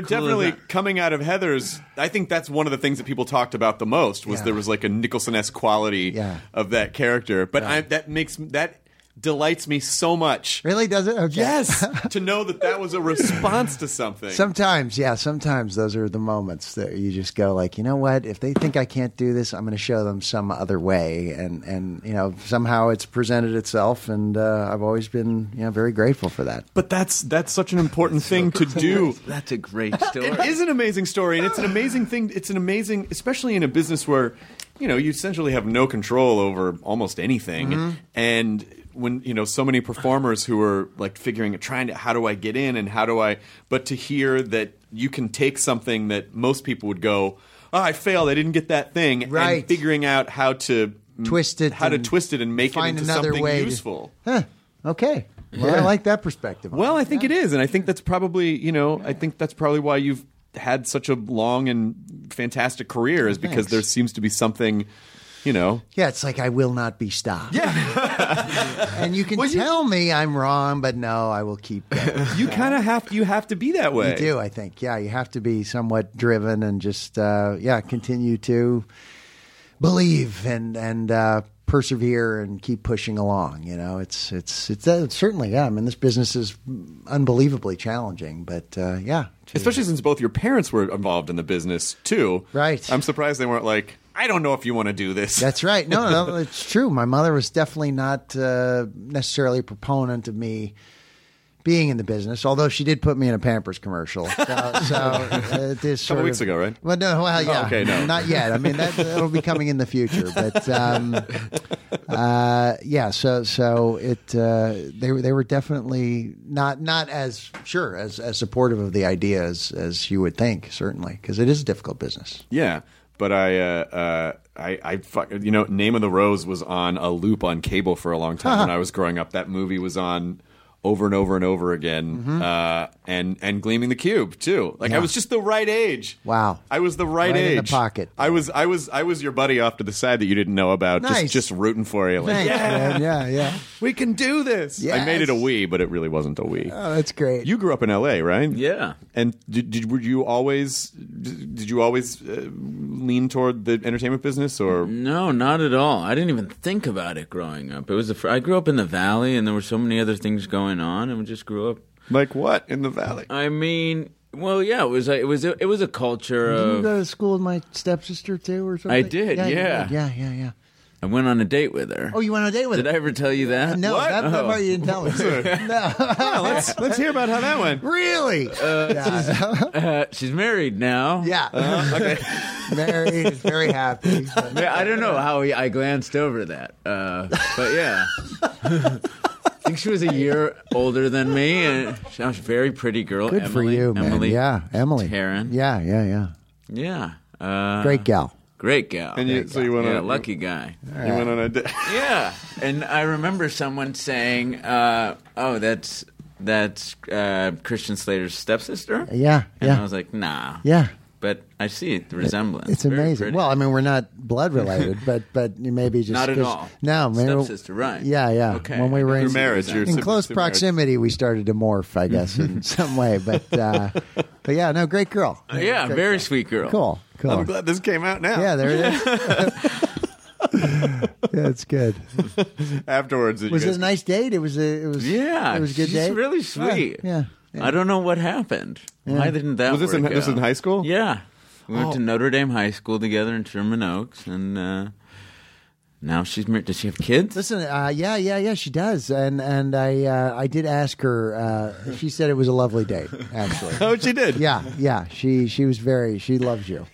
cool definitely is coming out of Heather's. I think that's one of the things that people talked about the most was Yeah. there was like a Nicholson-esque quality Yeah. of that character. But I, that makes that delights me so much. Really does it? Okay. Yes, to know that that was a response to something. Sometimes, yeah, sometimes those are the moments that you just go like, you know what? If they think I can't do this, I'm going to show them some other way, and and you know somehow it's presented itself, and uh, I've always been you know very grateful for that. But that's that's such an important thing to do. That's a great story. It is an amazing story, and it's an amazing thing. It's an amazing, especially in a business where you know you essentially have no control over almost anything, Mm-hmm. Mhm. and when you know so many performers who are like figuring trying to how do I get in and how do I, but to hear that you can take something that most people would go, oh, I failed, I didn't get that thing, Right. and figuring out how to Twist it how to and twist it and make it find into another something way to- useful. Huh? Okay, well, I Yeah. like that perspective. on Well, I think it is, and I think that's probably you know I think that's probably why you've had such a long and fantastic career is because Thanks. there seems to be something, you know. it. Yeah, it's like I will not be stopped. Yeah, and you can tell me I'm wrong, but no, I will keep. Going. You kind of have you have to be that way. You do, I think. Yeah, you have to be somewhat driven and just uh, yeah, continue to believe and and uh, persevere and keep pushing along. You know, it's it's it's uh, certainly yeah. I mean, this business is unbelievably challenging, but uh, yeah, Especially since both your parents were involved in the business too. Right. I'm surprised they weren't like, I don't know if you want to do this. That's right. No, no, it's true. My mother was definitely not uh, necessarily a proponent of me being in the business, although she did put me in a Pampers commercial. So, so uh, this Couple sort weeks of- ago, right? Well, no, well, yeah. Oh, okay, no. not yet. I mean, that, that'll be coming in the future, but um, uh, yeah. So, so it uh, they were they were definitely not not as sure as as supportive of the idea as as you would think, certainly, because it is a difficult business. Yeah, but I, uh, uh, I, I, fuck- you know, Name of the Rose was on a loop on cable for a long time when I was growing up. That movie was on over and over and over again, uh, and and Gleaming the Cube too. Like Mm-hmm. I Yeah. was just the right age. Wow. I was the right, Right in age. the pocket. I was, I was, I was your buddy off to the side that you didn't know about. Nice. Just, just rooting for you. Like, Thanks, yeah, man. Yeah, yeah. we can do this. I made it a we, but it really wasn't a we. Oh, that's great. You grew up in L.A., right? Yeah. And did, did were you always did you always uh, lean toward the entertainment business or No, not at all. I didn't even think about it growing up. It was the fir- I grew up in the valley, and there were so many other things going on, and we just grew up. Mm-hmm. Like what in the valley? I mean, well, yeah, it was. A, it was. A, it was a culture Didn't you of. go to school with my stepsister too, or something? I did, you yeah. did. yeah, yeah, yeah. I went on a date with her. Oh, you went on a date with Did her? I ever tell you that? No, that, that Oh. part you didn't tell us. no, let's let's hear about how that went. Really? Uh, she's married now. Yeah. Uh-huh. okay. Married, very happy. Yeah, I don't know how he, I glanced over that, uh, but yeah. I think she was a year older than me, and she was a very pretty girl. Good Emily, for you, man. Emily. yeah, Emily. Taryn. Yeah, yeah, yeah. Yeah. Uh, Great gal. Great gal. And you- Great so you gal. went yeah, on- lucky guy. you went on a di- Yeah, and I remember someone saying, uh, "Oh, that's that's uh, Christian Slater's stepsister." Yeah, and yeah. I was like, "Nah." Yeah. but I see the resemblance. It's Very amazing. pretty. Well, I mean, we're not blood related, but but maybe just Not at 'cause- all. No, maybe Stepsister, right. Yeah, yeah. Okay. When we were in Through marriage, you're in sim- close through marriage. proximity, we started to morph, I guess, in some way. But uh, but yeah, no, great girl. yeah, Great very sweet girl. Cool, cool. I'm glad this came out now. Yeah, there it is. yeah, it's good. Afterwards, you Was it guys- a nice date? It was a. It was. Yeah, it was a good she's date. really sweet. Yeah. I don't know what happened. Yeah. Why didn't that? Was this in- work this out? in high school? Yeah, we went Oh. to Notre Dame High School together in Sherman Oaks, and uh, now she's married. Does she have kids? Listen, uh, yeah, yeah, yeah, she does, and and I uh, I did ask her. Uh, she said it was a lovely date, actually. Oh, she did. Yeah, yeah, she she was very she loves you.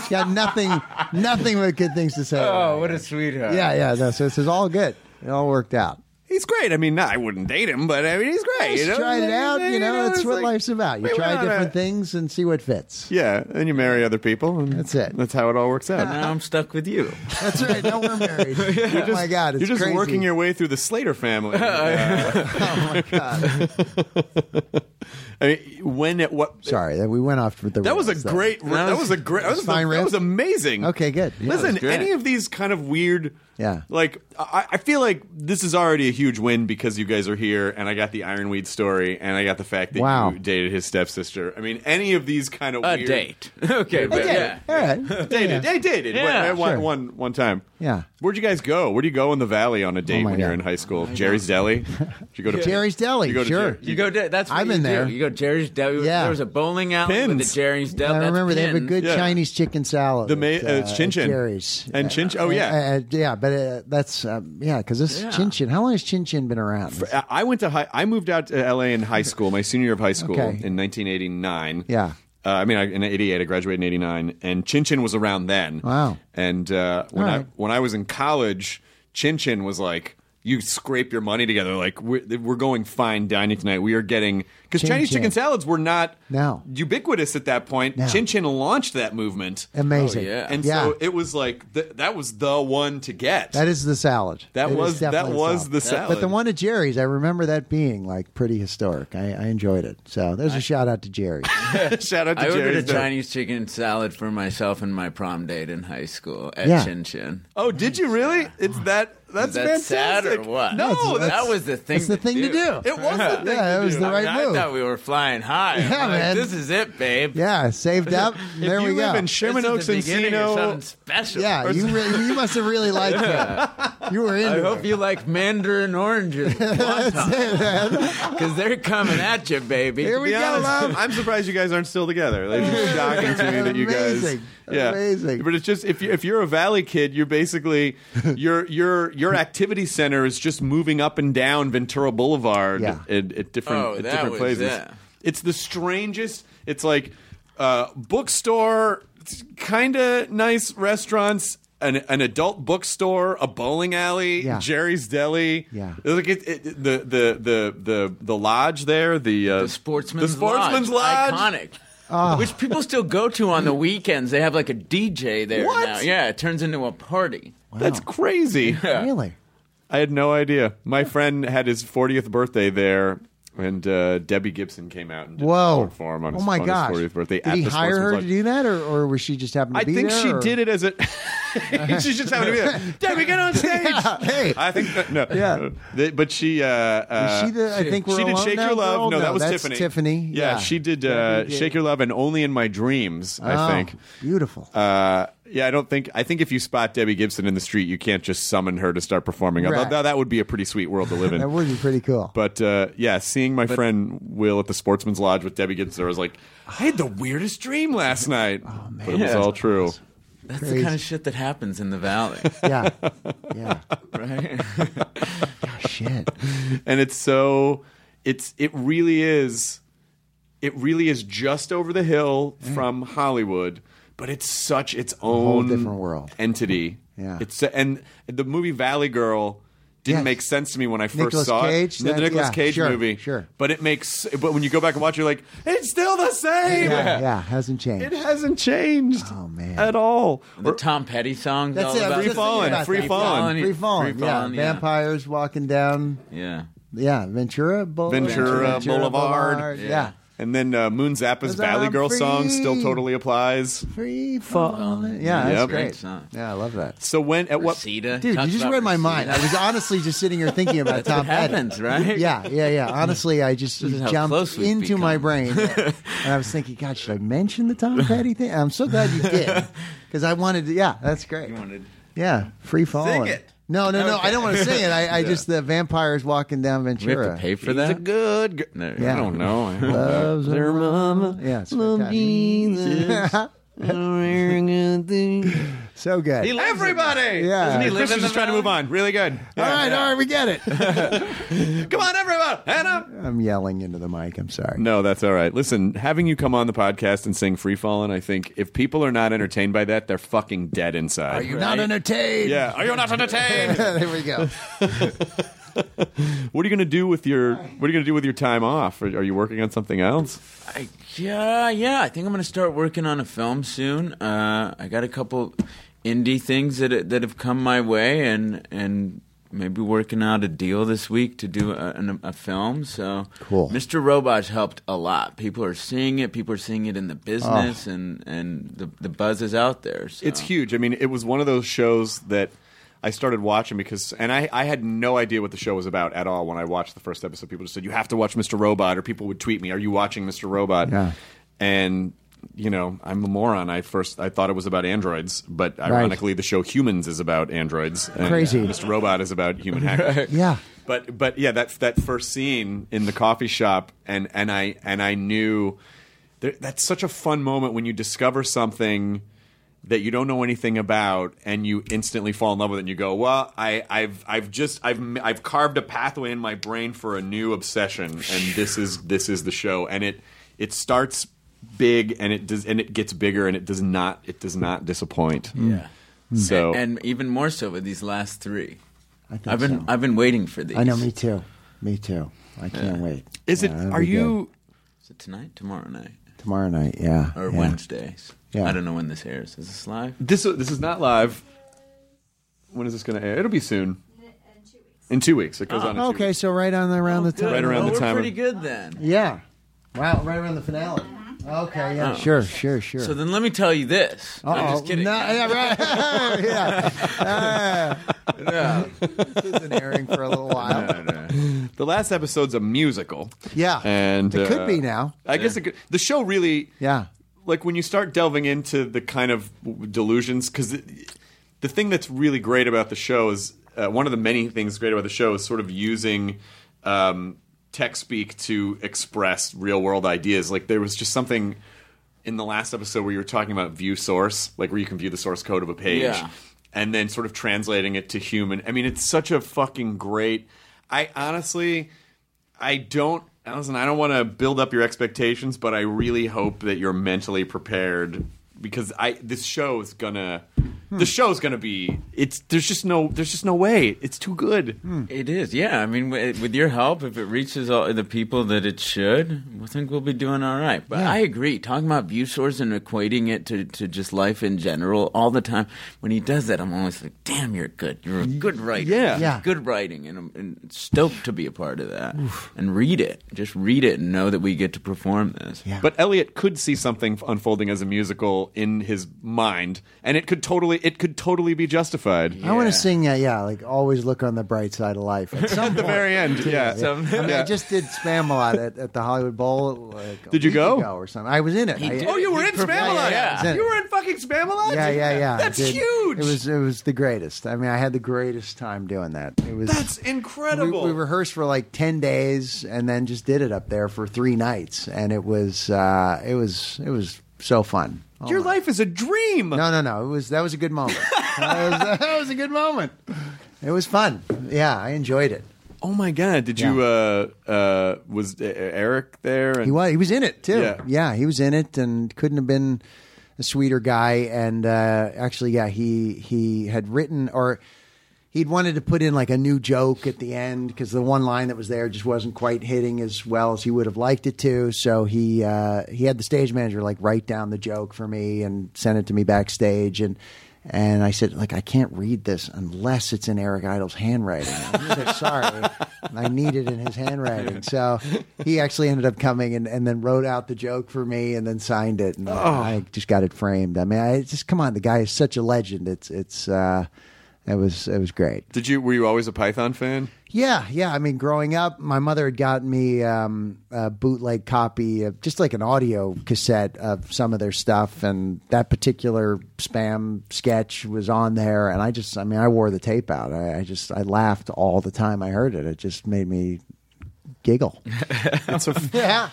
She's got nothing nothing but good things to say. about Oh, what a sweetheart! you. yeah, yeah, no, so this is all good. It all worked out. He's great. I mean, not, I wouldn't date him, but I mean, he's great. Just you know? try it out, you know. That's it's what like- life's about. You we try went on a- different things and see what fits. Yeah, and you marry other people, and That's it. That's how it all works out. Now I'm stuck with you. That's right. Now we're married. oh my god, it's You're just crazy. working your way through the Slater family. Uh, Oh my god. I mean, when at what? Sorry, that we went off with the. That was a rails there. great. That was a great. That was, fine that riff. was amazing. Okay, good. Yeah, it was Listen, great. any of these kind of weird. Yeah. Like I, I feel like this is already a huge win because you guys are here, and I got the Ironweed story, and I got the fact that Wow. you dated his stepsister. I mean, any of these kind of A weird... date. Okay, but yeah. All right. dated. They dated. Yeah, one, one- sure. one- one time. Yeah. Oh Where'd you guys go? Where do you go in the valley on a date my when you're God. in high school? Jerry's Deli. Did you go to Jerry's Deli, You go to sure. Jer- You go. To, that's what I've you been do. there. You go to Jerry's Deli. Yeah. There was a bowling alley with Pins. the Jerry's Deli. I That's remember they have a pins. good Yeah. Chinese chicken salad. The ma- uh, it's Chin at Chin. Jerry's. And Chin Chin- oh, yeah. Uh, uh, yeah, but uh, that's um, yeah, because this Yeah. Chin Chin. How long has Chin Chin been around? I- I went to high. I moved out to LA in high school, my senior year of high school Okay. in 1989. Yeah. Uh, I mean, I, in '88, I graduated in '89, and Chin Chin was around then. Wow. And uh, when All I right. when I was in college, Chin Chin was like, "You scrape your money together. Like we're, we're going fine dining tonight. We are getting because Chin Chinese Chin. chicken salads were not No. ubiquitous at that point. No. Chin Chin launched that movement, Amazing. Oh, yeah. and yeah. so it was like th- that was the one to get. that is the salad. That is was- that definitely was the salad. But the one at Jerry's, I remember that being like pretty historic. I, I enjoyed it. So there's a shout out to Jerry's. Shout out to I ordered Jerry's a Deli. Chinese chicken salad for myself and my prom date in high school at Yeah. Chin Chin. Oh, did you really? It's that. That's Is that sad fantastic. or what? No, That's- that's- that was the thing. It's the thing to do. It was the thing yeah, to it was do. the I, right mean, I move. thought we were flying high. I'm Yeah, like, man. This is it, babe. yeah, saved up. If there you we go. live in Sherman this Oaks, is the beginning of Encino, something special. yeah, you re- you must have really liked it. You were into I it. hope you like mandarin oranges, because they're coming at you, baby. Here we be go, honest, love. I'm surprised you guys aren't still together. Like, it's shocking to me that you Amazing. guys, yeah, Amazing. But it's just if you if you're a valley kid, you're basically your your your activity center is just moving up and down Ventura Boulevard Yeah. at, at different Oh, at that different was places. it. It's the strangest. It's like uh, bookstore, kind of nice restaurants. An, an adult bookstore, a bowling alley, Yeah. Jerry's Deli. Yeah. Look, it, it, the, the the the the lodge there, the uh, The Sportsman's, the Sportsman's Lodge. Iconic. Ah. Which people still go to on the weekends. They have like a DJ there What? now. Yeah, it turns into a party. That's crazy. Really? I had no idea. My friend had his 40th birthday there, and uh, Debbie Gibson came out and did Whoa! support for him on oh his, my on his gosh! 40th birthday. Did at he the hire her Sportsman's to Lodge. do that, or, or was she just happened to I be think there? she or- did it as a. She's just having to be there. Debbie, get on stage. Yeah, hey, I think that, no. Yeah. They- but she. Uh, uh, Is she the- I think we're she did alone shake now, your love. girl? No, No, that was that's Tiffany. Tiffany. Yeah, Yeah. she did uh, shake your love and only in my dreams. Oh, I think. beautiful. Uh, yeah, I don't think. I think if you spot Debbie Gibson in the street, you can't just summon her to start performing. Although Right. that, that would be a pretty sweet world to live that in. would be pretty cool. But uh, yeah, seeing my friend Will at the Sportsman's Lodge with Debbie Gibson, I was like, I had the weirdest dream last night. Oh, But it was Yeah. all true. That's Crazy. the kind of shit that happens in the valley, yeah, yeah. right? Shit. and it's so it's it really is it really is just over the hill Mm. from Hollywood, but it's such its own different world. entity. Yeah. it's so- and the movie Valley Girl didn't Yes. make sense to me when I first Nicolas saw Cage, it. The- that- the Nicolas yeah, Cage sure, movie, sure. but it makes. But when you go back and watch, it, you're like, it's still the same. Yeah, yeah. Hasn't changed. It hasn't changed Oh, man. at all. The Tom Petty song. That's all it, I was About just thinking Fallen, about Free that. Fallen. Free falling. Free yeah. Fallen, yeah. Vampires walking down. Yeah. Yeah, Ventura. Bou- Ventura Boulevard. uh, Yeah. And then uh, Moon Zappa's Cause Valley I'm Girl song still free. totally applies. Free falling. Yeah, that's Yep. great. Great song. Yeah, I love that. So when at what Reseda. Dude, Talks you just about read my Reseda. mind. I was honestly just sitting here thinking about Tom What Petty. happens, right? Yeah, yeah, yeah. Honestly, I just This is how jumped close we've into become. my brain, and I was thinking, God, should I mention the Tom Petty thing? I'm so glad you did because I wanted. to Yeah, that's great. yeah, free falling. it. No, no, no. I don't want to sing it. I, I just the vampires walking down We have to Ventura. pay for He's a that. good. g- No. Yeah. I don't know. I hope- Loves her mama. Yeah, it's fantastic. so good. everybody. Yeah. Doesn't he live in Christian's the trying to move on. Really good. all right, all right, we get it. Come on, everybody. And up. I'm yelling into the mic. I'm sorry. No, that's all right. Listen, having you come on the podcast and sing "Free Fallen," I think if people are not entertained by that, they're fucking dead inside. Are you not entertained? Yeah. Are you not entertained? there we go. what are you gonna do with your What are you gonna do with your time off? Are, are you working on something else? I, yeah, yeah. I think I'm gonna start working on a film soon. Uh, I got a couple indie things that that have come my way, and and maybe working out a deal this week to do a, an- a film. So Cool. Mr. Robot's helped a lot. People are seeing it. People are seeing it in the Ah. business, and and the the buzz is out there. So. It's huge. I mean, it was one of those shows that I started watching because, and I, I had no idea what the show was about at all when I watched the first episode. People just said, You have to watch Mr. Robot, or people would tweet me, Are you watching Mr. Robot? Yeah. And, you know, I'm a moron. I first I thought it was about androids, but ironically, the show Humans is about androids. and Crazy. Mr. Robot is about human hackers. Yeah. But but yeah, that's that first scene in the coffee shop, and and I and I knew there, that's such a fun moment when you discover something that you don't know anything about, and you instantly fall in love with it, and you go, well, I I've I've just I've m- I've carved a pathway in my brain for a new obsession, and this is this is the show, and it it starts big and it does and it gets bigger and it does not it does not disappoint. Yeah. So Mm. and, and even more so with these last three. I think have been so. I've been waiting for these. I know. Me too. Me too. I can't wait. Is it- Yeah, that'll are be good. you- Is it tonight? Tomorrow night? tomorrow night? Yeah. Or yeah. Wednesdays? Yeah. I don't know when this airs. Is this live? This this is not live. When is this going to air? It'll be soon. In two weeks, it goes on. in two Okay, so right on around the time. Right around the Oh, we're time. pretty good then. Yeah. Wow. Right around the finale. Okay. Yeah. Oh. Sure. Sure. Sure. So then let me tell you this. I'm Uh-oh. just kidding. No, yeah, right. yeah. No. This isn't airing for a little while. Oh, No, no. weeks. The last episode's a musical, Yeah. and it uh, could be now. I guess it could, the show really, Yeah. like when you start delving into the kind of delusions, because the thing that's really great about the show is uh, one of the many things great about the show is sort of using. Um, tech speak to express real world ideas like there was just something in the last episode where you were talking about view source like where you can view the source code of a page Yeah. and then sort of translating it to human. I mean, it's such a fucking great. I honestly, I don't. Allison, I don't want to build up your expectations, but I really hope that you're mentally prepared because I this show is gonna. The show's gonna be. It's there's just no there's just no way. It's too good. Hmm. It is, yeah. I mean, wi- with your help, if it reaches all the people that it should, I think we'll be doing all right. But I agree. Talking about view source and equating it to, to just life in general all the time. When he does that, I'm always like, "Damn, you're good. You're a good writer. Yeah. Yeah. good writing." And I'm and stoked to be a part of that and read it. Just read it and know that we get to perform this. Yeah. But Elliot could see something unfolding as a musical in his mind, and it could totally it could totally be justified. I want Yeah. to sing that. Yeah. Like always look on the bright side of life. At some At the point. very end, yeah. Some- I mean, Yeah. I just did spam a lot at, at the Hollywood Bowl. Like, a Did you week go? ago Oh, or something? I was in it. He I- did. Oh, you were He in performed- Spamalot. Yeah. Yeah. You were in fucking Spamalot. Yeah, yeah, yeah. I That's did. huge. It was it was the greatest. I mean, I had the greatest time doing that. It was That's we, incredible. we rehearsed for like ten days and then just did it up there for three nights, and it was uh, it was it was so fun. Oh Your my- life is a dream. No, no, no. It was that was a good moment. that, was, that was a good moment. It was fun. Yeah, I enjoyed it. Oh my god! Did you? uh uh Was uh, Eric there? And He was he was in it too. Yeah. Yeah, he was in it and couldn't have been a sweeter guy. And uh, actually, yeah, he he had written or he'd wanted to put in like a new joke at the end because the one line that was there just wasn't quite hitting as well as he would have liked it to. So he uh, he had the stage manager like write down the joke for me and send it to me backstage and. And I said, like, I can't read this unless it's in Eric Idle's handwriting. And he said, Sorry, I need it in his handwriting. So he actually ended up coming and, and then wrote out the joke for me and then signed it. And I just got it framed. I mean, I just come on, the guy is such a legend. It's it's uh, it was it was great. did you? Were you always a Python fan? Yeah, yeah. I mean, growing up, my mother had gotten me um, a bootleg copy of just like an audio cassette of some of their stuff, and that particular spam sketch was on there. And I just, I mean, I wore the tape out. I, I just, I laughed all the time I heard it. It just made me giggle. It's so yeah.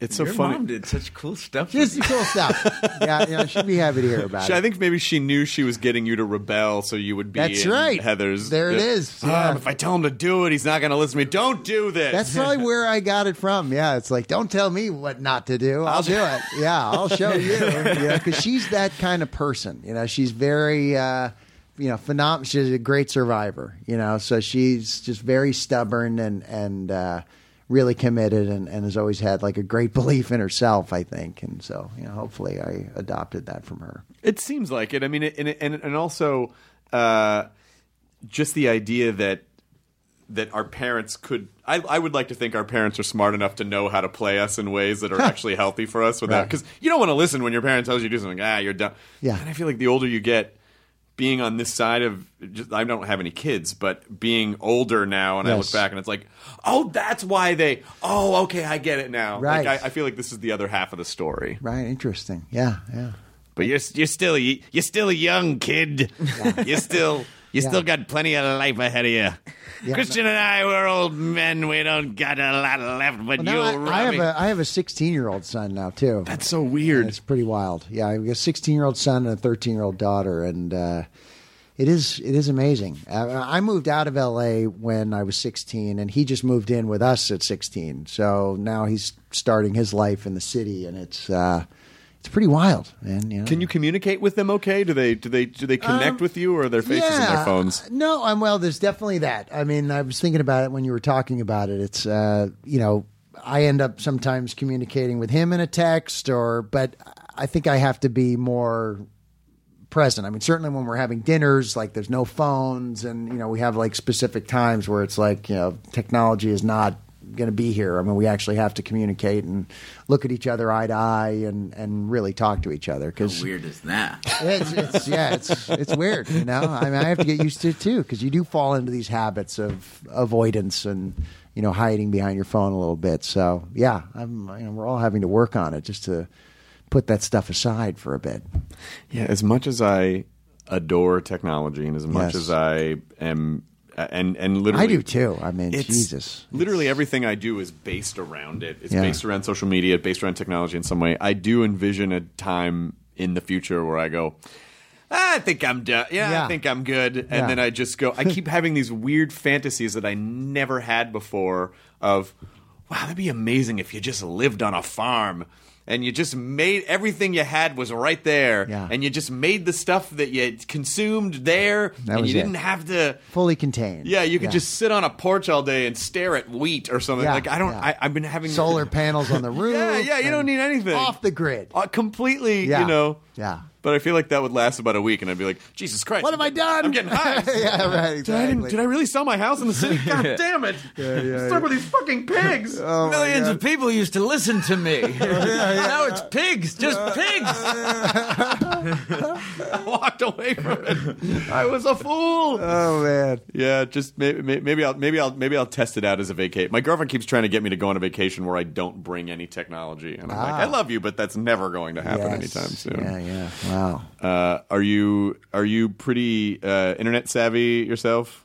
it's so your funny. mom did such cool stuff. Just cool stuff. Yeah, you know, she'd be happy to hear about She- I it. think maybe she knew she was getting you to rebel, so you would be. That's in right. Heather's. There it is. Yeah. Um, if I tell him to do it, he's not going to listen to me. Don't do this. That's probably where I got it from. Yeah, it's like, don't tell me what not to do. I'll, do it. Yeah, I'll show you. Yeah, because she's that kind of person. You know, she's very, uh, you know, phenom. She's a great survivor. You know, so she's just very stubborn and and uh, really committed, and, and has always had like a great belief in herself. I think, and so you know, hopefully, I adopted that from her. It seems like it. I mean, it- and it- and and also, uh, just the idea that that our parents could. I, I would like to think our parents are smart enough to know how to play us in ways that are actually healthy for us. Without Right. because you don't want to listen when your parent tells you to do something. Ah, you're dumb. Yeah. And I feel like the older you get, being on this side of just, I don't have any kids, but being older now, and I look Yes. back and it's like, oh, that's why they. Oh, okay, I get it now. Right. Like, I, I feel like this is the other half of the story. Right. Interesting. Yeah. Yeah. But you're you're still you're still a young kid. You're still you Yeah. still got plenty of life ahead of you. Christian and I were old men. We don't got a lot left, but Well, now you, I, I have Robbie- a I have a 16 year old son now too. That's so weird. it's pretty wild. Yeah, I've got a 16 year old son and a 13 year old daughter, and uh, it is it is amazing. Uh, I moved out of L.A. when I was 16, and he just moved in with us at 16. So now he's starting his life in the city, and it's uh, it's pretty wild, man. You know? Can you communicate with them? Okay, do they do they do they connect with you, or are their faces in their Um, yeah. phones? No, I'm well. There's definitely that. I mean, I was thinking about it when you were talking about it. It's uh, you know, I end up sometimes communicating with him in a text, or but I think I have to be more present. I mean, certainly when we're having dinners, like there's no phones, and you know, we have like specific times where it's like you know, technology is not going to be here. I mean, we actually have to communicate and look at each other eye to eye and and really talk to each other because How weird is that? it's, it's yeah, it's it's weird, you know. I mean, I have to get used to it too because you do fall into these habits of avoidance and you know hiding behind your phone a little bit. So yeah, I'm, you know, we're all having to work on it just to put that stuff aside for a bit. Yeah, as much as I adore technology, and as Yes. much as I am, and and literally, I do too. I mean, It's- Jesus, Literally everything I do is based around it. It's Yeah. based around social media, based around technology in some way. I do envision a time in the future where I go, I think I'm done. Yeah, I Yeah. think I'm good. And Yeah. then I just go, I keep having these weird fantasies that I never had before of, wow, that'd be amazing if you just lived on a farm. And you just made everything you had was right there, yeah. and you just made the stuff that you consumed there, That and was you it. didn't have to fully contained. yeah, you could just sit on a porch all day and stare at wheat or something. Yeah, like I don't. I, I've been having solar panels on the roof. Yeah, yeah. You and don't need anything off the grid. Uh, completely. Yeah. You know. Yeah. But I feel like that would last about a week, and I'd be like, Jesus Christ, What have I done? I'm getting high. yeah, right. Did I, didn't- exactly. did I really sell my house in the city? God damn it! yeah, Start with these fucking pigs. Millions of people used to listen to me. Now it's pigs, just pigs. I walked away from it. I was a fool. Oh man. Yeah, just maybe, maybe I'll maybe I'll maybe I'll test it out as a vacate. My girlfriend keeps trying to get me to go on a vacation where I don't bring any technology, and I'm Ah. like, I love you, but that's never going to happen Yes. anytime soon. Yeah, yeah. Wow. Uh, are you are you pretty uh, internet savvy yourself?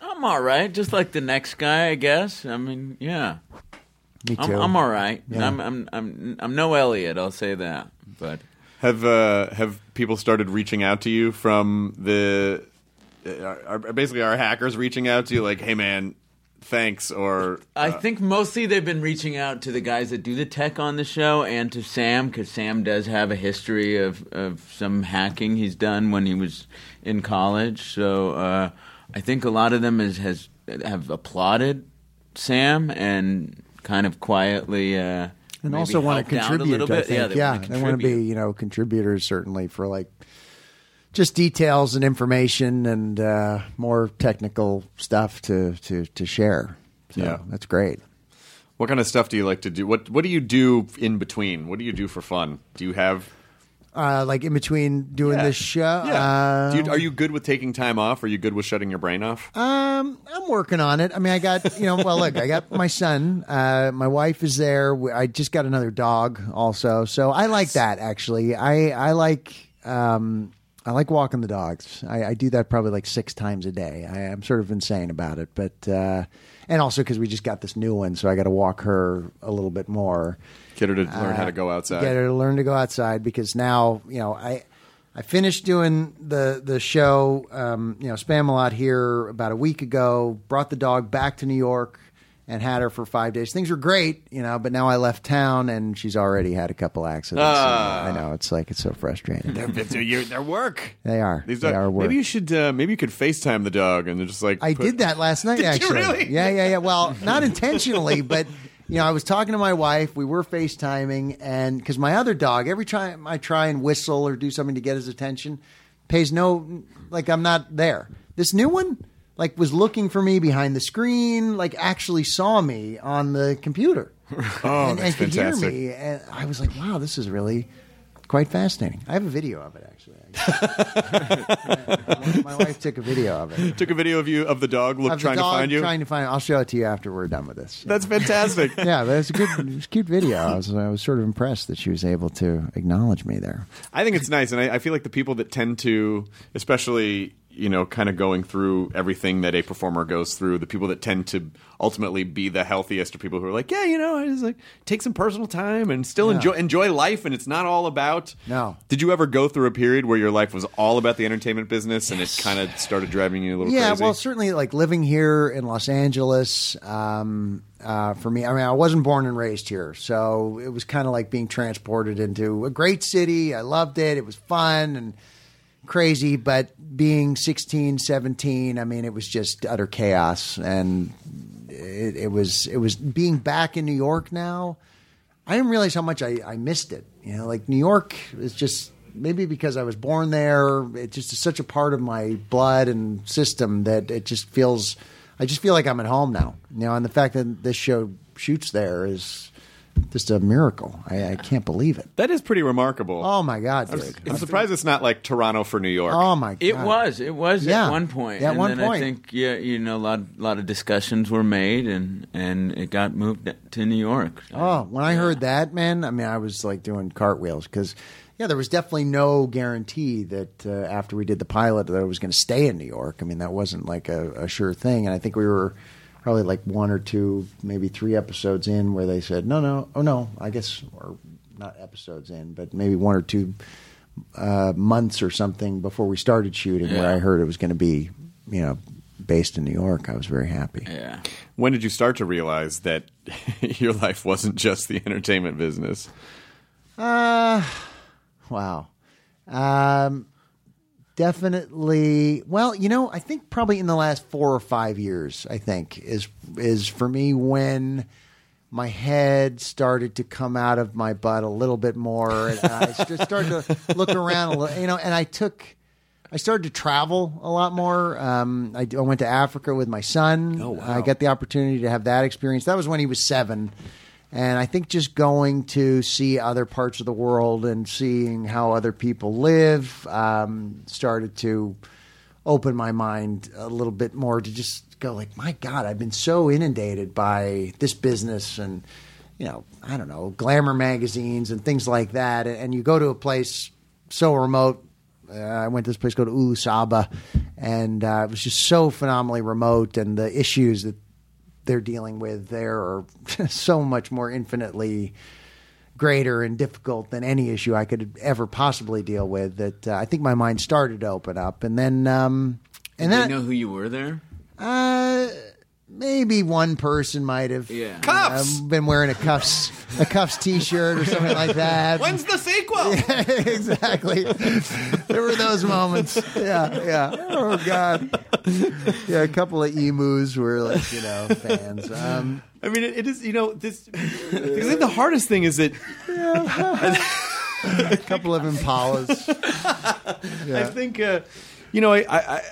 I'm all right, just like the next guy, I guess. I mean, yeah. Me I'm, too. I'm all right. Yeah. I'm, I'm, I'm, I'm no Elliot. I'll say that. But Have uh, have people started reaching out to you from the? uh, Are, are basically are hackers reaching out to you like, hey man, thanks or I uh, think mostly they've been reaching out to the guys that do the tech on the show and to Sam because Sam does have a history of, of some hacking he's done when he was in college. So uh, I think a lot of them is, has have applauded Sam and kind of quietly. Uh, and maybe also want helped to out contribute. a little I bit. think. Yeah, they want to want to be you know contributors certainly for like just details and information and uh, more technical stuff to to to share. So Yeah. that's great. What kind of stuff do you like to do? What What do you do in between? What do you do for fun? Do you have? Uh, like in between doing Yeah. this show, Yeah. do um, you, are you good with taking time off? Are you good with shutting your brain off? Um, I'm working on it. I mean, I got you know. Well, look, I got my son. Uh, my wife is there. We- I just got another dog, also. So I like that actually. I I like um I like walking the dogs. I, I do that probably like six times a day. I, I'm sort of insane about it, but uh, and also because we just got this new one, so I got to walk her a little bit more. Get her to learn how Uh, to go outside. Get her to learn to go outside because now you know I I finished doing the the show um, you know spam a lot here about a week ago. Brought the dog back to New York and had her for five days. Things were great, you know, but now I left town and she's already had a couple accidents. Ah. I know it's like it's so frustrating. They're, they're, you- they're work. They are. These They dog- are work. Maybe you should. Uh, maybe you could Facetime the dog and just like I put- did that last night. Did you actually, really? yeah, yeah, yeah. Well, not intentionally, but you know, I was talking to my wife. We were FaceTiming, and because my other dog, every time I try and whistle or do something to get his attention, pays no. Like I'm not there. This new one, like, was looking for me behind the screen. Like, actually saw me on the computer. Oh, and, that's and could fantastic. hear me, and I was like, "Wow, this is really quite fascinating. I have a video of it actually. My wife took a video of it. Took a video of you of the dog look, Of the trying dog to find you. Trying to find. I'll show it to you after we're done with this. That's fantastic. yeah, but it's a good, it was a cute video. I was, I was sort of impressed that she was able to acknowledge me there. I think it's nice, and I, I feel like the people that tend to, especially you know, kind of going through everything that a performer goes through, the people that tend to ultimately be the healthiest are people who are like, yeah, you know, I just like take some personal time and still Yeah. enjoy enjoy life, and it's not all about. No. Did you ever go through a period where your life was all about the entertainment business, and it kind of started driving you a little yeah, crazy? well, certainly like living here in Los Angeles. Um, uh, for me, I mean, I wasn't born and raised here, so it was kind of like being transported into a great city. I loved it; it was fun and crazy. But being 16, 17, I mean, it was just utter chaos, and it, it was it was being back in New York now. I didn't realize how much I, I missed it. You know, like New York is just maybe because I was born there. It just is such a part of my blood and system that it just feels. I just feel like I'm at home now. You know, and the fact that this show shoots there is just a miracle. I, I can't believe it. that is pretty remarkable. Oh my god, dude. I'm surprised Um, it's not Um, like Toronto for New York. Oh my god. It was. It was Yeah. at one point. At and one then I point. think yeah, you know, a lot, lot of discussions were made, and and it got moved to New York. Oh, when I heard that, man, I mean, I was like doing cartwheels because, yeah, there was definitely no guarantee that uh, after we did the pilot that I was going to stay in New York. I mean, that wasn't like a, a sure thing. And I think we were probably like one or two, maybe three episodes in where they said, no, no, oh, no, I guess, or not episodes in, but maybe one or two uh, months or something before we started shooting where Yeah. I heard it was going to be, you know, based in New York. I was very happy. Yeah. When did you start to realize that your life wasn't just the entertainment business? Uh, wow. Um, definitely. Well, you know, I think probably in the last four or five years, I think is is for me when my head started to come out of my butt a little bit more, and I just started to look around a little, you know, and I took. I started to travel a lot more. Um, I, I went to Africa with my son. Oh, wow. I got the opportunity to have that experience. That was when he was seven. And I think just going to see other parts of the world and seeing how other people live um, started to open my mind a little bit more to just go like, my God, I've been so inundated by this business and you know, I don't know, glamour magazines and things like that. And you go to a place so remote. Uh, I went to this place called Ulu Saba, and uh, it was just so phenomenally remote, and the issues that they're dealing with there are so much more infinitely greater and difficult than any issue I could ever possibly deal with. That uh, I think my mind started to open up, and then um, and Did then they know who you were there? uh, maybe one person might have Yeah. cuffs been wearing a cuffs a cuffs t-shirt or something like that. the sequel? exactly. there were those moments. Yeah, yeah. Oh God. Yeah, a couple of emus were like you know fans. Um, I mean, it, it is. You know, this. I think the hardest thing is that a couple of impalas. I think. Uh, you know, I, I, I,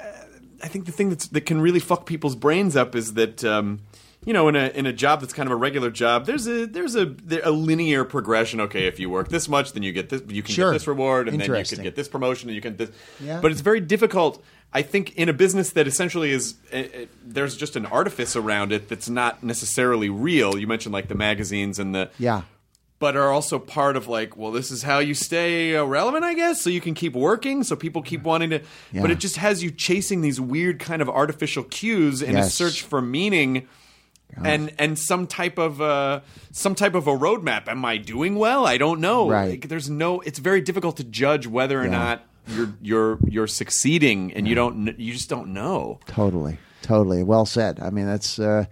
I think the thing that's, that can really fuck people's brains up is that. Um, you know, in a in a job that's kind of a regular job, there's a there's a there- a linear progression. Okay, if you work this much, then you get this. You can Sure. get this reward, and then you Interesting. can get this promotion, and you can this. Yeah. But it's very difficult. I think in a business that essentially is uh, uh, there's just an artifice around it that's not necessarily real. You mentioned like the magazines and the Yeah. but are also part of like, well, this is how you stay uh, relevant, I guess. So you can keep working, so people keep wanting to. But Yeah. it just has you chasing these weird kind of artificial cues in a Yes. search for meaning. And and some type of uh, some type of a roadmap. Am I doing well? I don't know. Right. Like, there's no. It's very difficult to judge whether or not you're you're you're succeeding, and you don't. kn- You just don't know. Totally, totally. Well said. I mean, that's uh,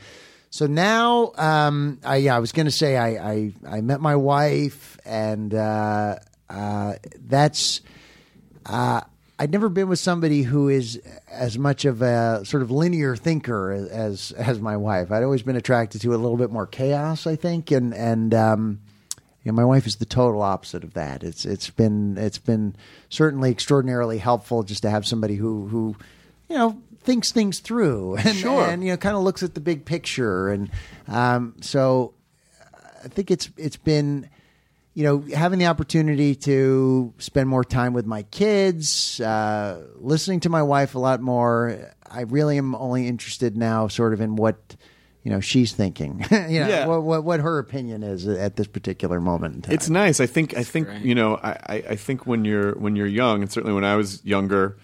so. Now, um, I, yeah, I was going to say I, I I met my wife, and uh, uh, that's uh, I'd never been with somebody who is as much of a sort of linear thinker as as my wife. I'd always been attracted to a little bit more chaos, I think, and and um, you know, my wife is the total opposite of that. It's it's been it's been certainly extraordinarily helpful just to have somebody who who you know thinks things through and Sure. and you know kind of looks at the big picture and um, so I think it's it's been you know, having the opportunity to spend more time with my kids, uh, listening to my wife a lot more. I really am only interested now, sort of, in what you know she's thinking. you know, Yeah. what, what what her opinion is at this particular moment. in time. It's nice. I think. I think you know. I, I, I think when you're when you're young, and certainly when I was younger,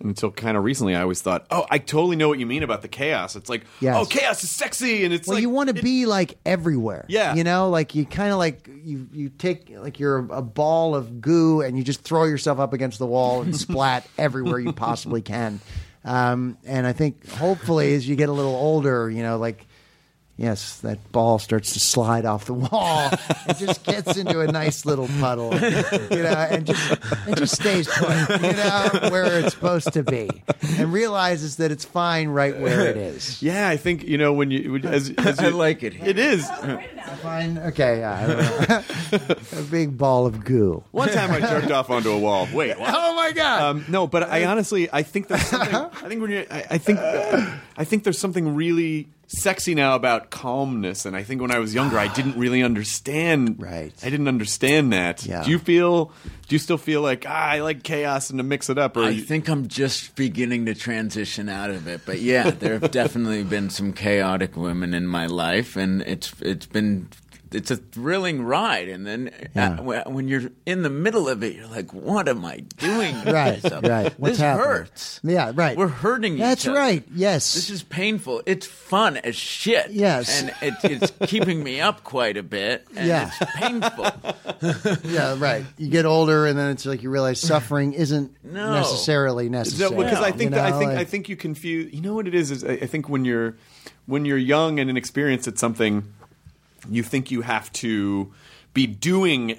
until kind of recently, I always thought, oh, I totally know what you mean about the chaos. It's like, Yes. oh, chaos is sexy, and it's well, like you want to be like everywhere. Yeah. you know, like you kind of like you you take like you're a, a ball of goo and you just throw yourself up against the wall and splat everywhere you possibly can. Um, and I think hopefully as you get a little older, you know, like yes, that ball starts to slide off the wall. It just gets into a nice little puddle, you know, and just it just stays put, you know, where it's supposed to be, and realizes that it's fine right where it is. yeah, I think you know when you when- as, as I you- like it. It is. Fine. Okay. Yeah. I don't know. a big ball of goo. One time I jerked off onto a wall. Wait. What? Oh my god. Um, no, but I honestly, I think there's something. I think when you're, I, I think, I think there's something really sexy now about calmness, and I think when I was younger, I didn't really understand. Right. I didn't understand that. Yeah. Do you feel? Do you still feel like ah, I like chaos and to mix it up? Or I you- think I'm just beginning to transition out of it, but yeah, there have definitely been some chaotic women in my life, and it's it's been it's a thrilling ride. And then Yeah. uh, wh- when you're in the middle of it, you're like, "What am I doing?" to Right. myself? Right. What's this happening? hurts. Yeah. Right. We're hurting. That's each other. right. Yes. This is painful. It's fun as shit. Yes. and it, it's keeping me up quite a bit. And Yeah. it's painful. uh, yeah. Right. You get older, and then it's like you realize suffering isn't No. necessarily No, necessary. because I think You that, I know, think I like- think you confuse. You know what it is is I, I think when you're when you're young and inexperienced at something, you think you have to be doing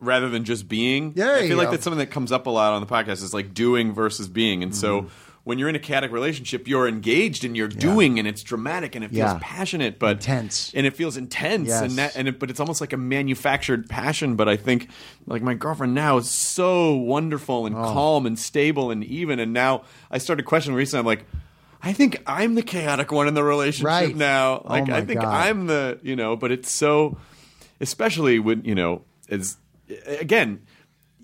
rather than just being. There I you feel like go. that's something that comes up a lot on the podcast is like doing versus being, and Mm-hmm. so. When you're in a chaotic relationship, you're engaged and you're doing, and it's dramatic and it feels Yeah. passionate, but Intense. and it feels intense, Yes. and that, and it, but it's almost like a manufactured passion. But I think, like my girlfriend now is so wonderful and calm and stable and even. And now I started questioning recently. I'm like, I think I'm the chaotic one in the relationship Right. now. Oh Like I my think God. I'm the you know. But it's so, especially when you know, as again,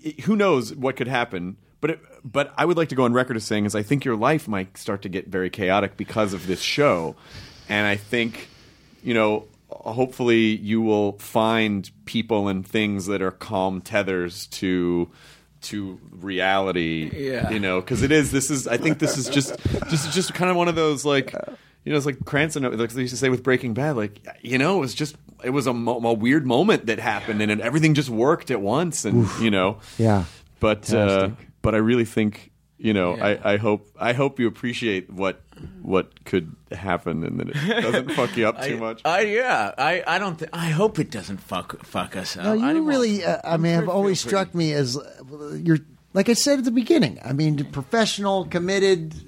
it- who knows what could happen. But it, but I would like to go on record as saying is I think your life might start to get very chaotic because of this show, and I think you know hopefully you will find people and things that are calm tethers to to reality Yeah. you know because it is this is i think this is just just just kind of one of those like you know it's like cranston like they used to say with breaking bad like you know it was just it was a, mo- a weird moment that happened and it, everything just worked at once and you know Yeah. but uh, but I really think you know I, I hope I hope you appreciate what what could happen and that it doesn't fuck you up too I- much. I, yeah, I, I don't. Th- I hope it doesn't fuck fuck us up. No, I you don't really. want- Uh, I mean, I'm have pretty- always feel struck me as uh, you're like I said at the beginning. I mean, professional, committed. pretty-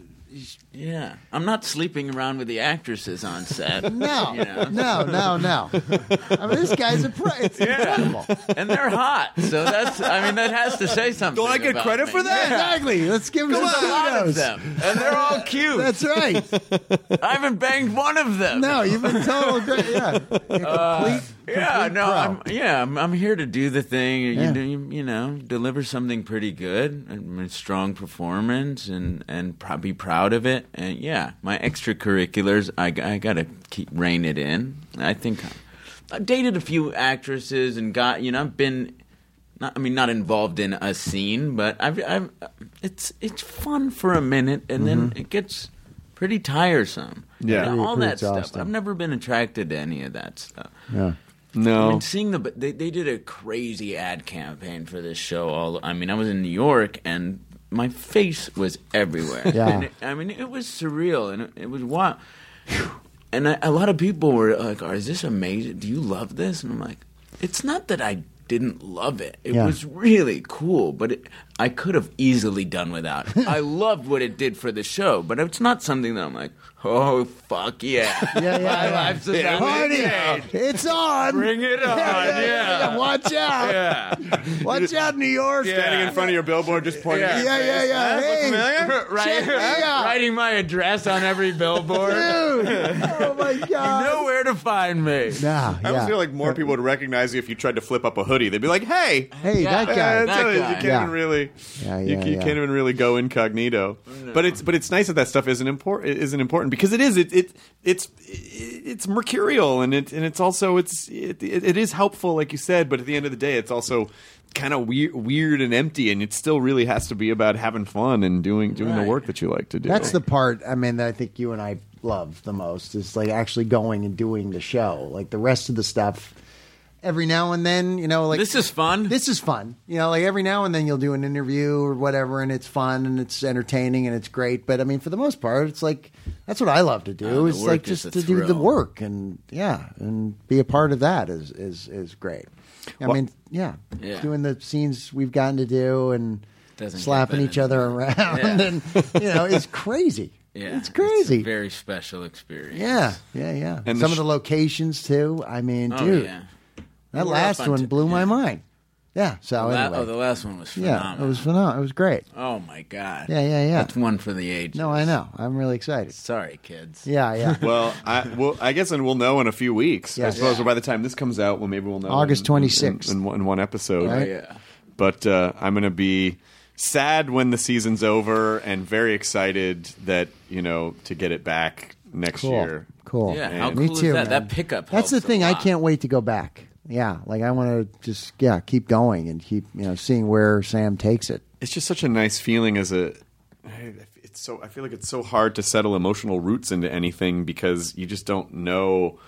Yeah, I'm not sleeping around with the actresses on set. No, you know? no, no, no. I mean, this guy's a pro. It's incredible. and they're hot. So that's. I mean, that has to say something. I get about credit me. for that? Yeah. Exactly. Let's give him There's some a lot of kudos. them, and they're all cute. That's right. I haven't banged one of them. No, oh, you've been total great. Yeah, You're complete. Yeah, complete no, pro. I'm, yeah, I'm, I'm here to do the thing. You, Yeah. do- you, you know, deliver something pretty good, and a strong performance, and and pro- be proud of it. And yeah, my extracurriculars, I, g- I gotta keep rein it in. I think I, have dated a few actresses and got you know I've been. Not, I mean, not involved in a scene, but I've, I've, it's it's fun for a minute, and then it gets pretty tiresome. Yeah. And all Mm-hmm. Pretty that stuff. exhausting. I've never been attracted to any of that stuff. Yeah. I No, mean, seeing the they they did a crazy ad campaign for this show. All I mean, I was in New York and my face was everywhere. Yeah. And it- I mean, it was surreal and it, it was wild. And I, a lot of people were like, oh, "Is this amazing? Do you love this?" And I'm like, "It's not that I didn't love it. It Yeah. was really cool, but it, I could have easily done without. it. I loved what it did for the show, but it's not something that I'm like, oh fuck yeah, Yeah, yeah, My yeah. life's about Party! to change. It's on. Bring it on, yeah. Watch out. Yeah. Watch out, New York. Standing in front of your billboard, just pointing. Yeah, at yeah, your yeah. face. Huh? Hey, Right- check me out. writing my address on every billboard. Dude. Oh my god. You know where to find me. Nah, I almost yeah. feel like more people would recognize you if you tried to flip up a hoodie. They'd be like, "Hey, Hey, Yeah. that Uh, guy. it's that really- guy. You can't Yeah. even really, Yeah, you, yeah, you yeah. can't even really go incognito. But it's but it's nice that that stuff isn't important isn't important because it is it, it it's it's mercurial and it and it's also it's it, it, it is helpful like you said. But at the end of the day, it's also kind of weird weird and empty, and it still really has to be about having fun and doing doing the Right. work that you like to do. That's the part. I mean, that I think you and I love the most is like actually going and doing the show. Like the rest of the stuff, every now and then, you know, like This is fun. This is fun. You know, like every now and then you'll do an interview or whatever, and it's fun and it's entertaining and it's great. But I mean, for the most part, it's like that's what I love to do. the is like work is just the to do the thrill. work and yeah, and be a part of that is is is great. I mean, yeah, Yeah. doing the scenes we've gotten to do and Doesn't get slapping better each other around and you know it's crazy. Yeah, it's crazy. a very special experience. yeah, yeah, yeah. And the Some sh- of the locations too. I mean, Oh dude, yeah. that We're last up on one t- blew my mind. Yeah. So La- anyway, oh, the last one was yeah, phenomenal. it was phenomenal. It was great. Oh my god. Yeah, yeah, yeah. That's one for the ages. No, I know. I'm really excited. Sorry, kids. Yeah, yeah. well, I well, I guess, and we'll know in a few weeks. I Yes. suppose or by the time this comes out, well, maybe we'll know. in- August in- 26th. in, in, one- in one episode. Right. Oh, Yeah. But uh, I'm going to be sad when the season's over, and very excited that you know to get it back next cool. year. Cool. Yeah, how Me cool is too. that? That man. pickup That's the helps a thing. I lot. can't wait to go back. Yeah, like I want to just yeah keep going and keep you know seeing where Sam takes it. It's just such a nice feeling as a. It's so I feel like it's so hard to settle emotional roots into anything because you just don't know.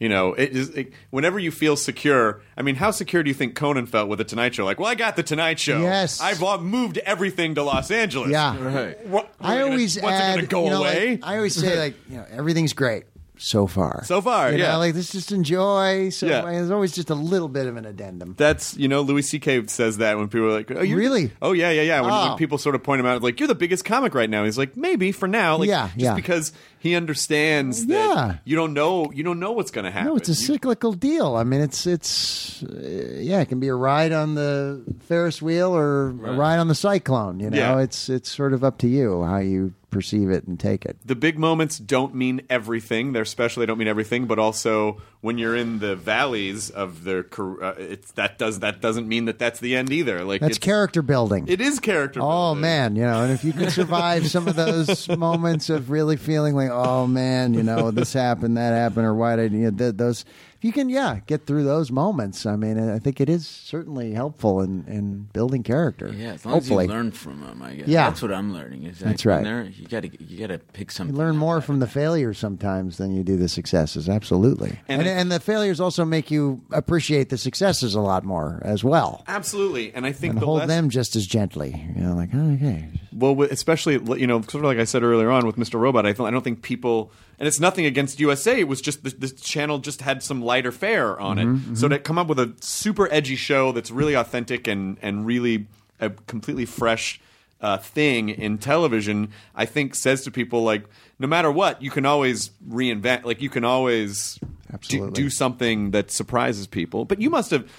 You know, it is. It, whenever you feel secure, I mean, how secure do you think Conan felt with the Tonight Show? Like, well, I got the Tonight Show. Yes. I've uh, moved everything to Los Angeles. Yeah. Right. What, I always gonna, what's it add, gonna go you know, like, away? I always say like, you know, everything's great so far. So far, You know, yeah. like let's just enjoy. So Yeah. I mean, there's always just a little bit of an addendum. That's you know Louis C.K. says that when people are like, oh, you Really? Oh yeah, yeah, yeah. When, Oh. when people sort of point him out, like you're the biggest comic right now. He's like, maybe for now, like, Yeah, just yeah. because he understands that Yeah. you don't know, you don't know what's going to happen. No, it's a You- cyclical deal. I mean, it's it's uh, yeah, it can be a ride on the Ferris wheel or a ride on the cyclone. You know, Yeah. it's it's sort of up to you how you perceive it and take it. the big moments don't mean everything. They're special. They don't mean everything. But also, when you're in the valleys of their, car- uh, it's that does that doesn't mean that that's the end either. Like That's it's, character building. It is character. Oh building. man, you know, and if you can survive some of those moments of really feeling like, oh man, you know, this happened, that happened, or why did you know, th- those? If you can, yeah, get through those moments. I mean, I think it is certainly helpful in in building character. Yeah, as long Hopefully, as you learn from them, I guess. Yeah. that's what I'm learning. Is That's like right. when they're- You gotta you gotta pick something. You learn up. more from the failures sometimes than you do the successes. Absolutely, and And and, I- the failures also make you appreciate the successes a lot more as well, Absolutely, and I think and the hold less- them just as gently. You know, like oh, okay, Well, with- especially you know, sort of like I said earlier on with Mr. Robot, I, th- I don't think people, and it's nothing against USA. It was just the, this channel just had some lighter fare on it, so to come up with a super edgy show that's really authentic and and really a completely fresh uh, thing in television, I think says to people like, no matter what, you can always reinvent. Like you can always do- Absolutely. do something that surprises people. But you must have.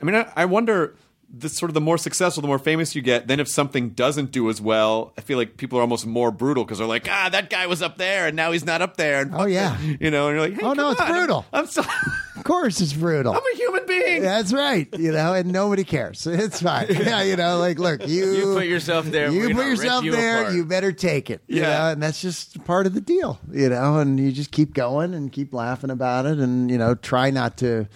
I mean, I, I wonder. The sort of the more successful, the more famous you get. Then if something doesn't do as well, I feel like people are almost more brutal because they're like, ah, that guy was up there and now he's not up there. And Oh, yeah. you know, and you're like, hey, Oh, no, come it's on. Oh. brutal. I'm, I'm sorry, of course it's brutal. I'm a human being. That's right. You know, and nobody cares. It's fine. Yeah, you know, like look, you You put yourself there, You we're put gonna rip yourself you there. apart. You better take it. You Yeah. know, uh, and that's just part of the deal. You know, and you just keep going and keep laughing about it, and you know, try not to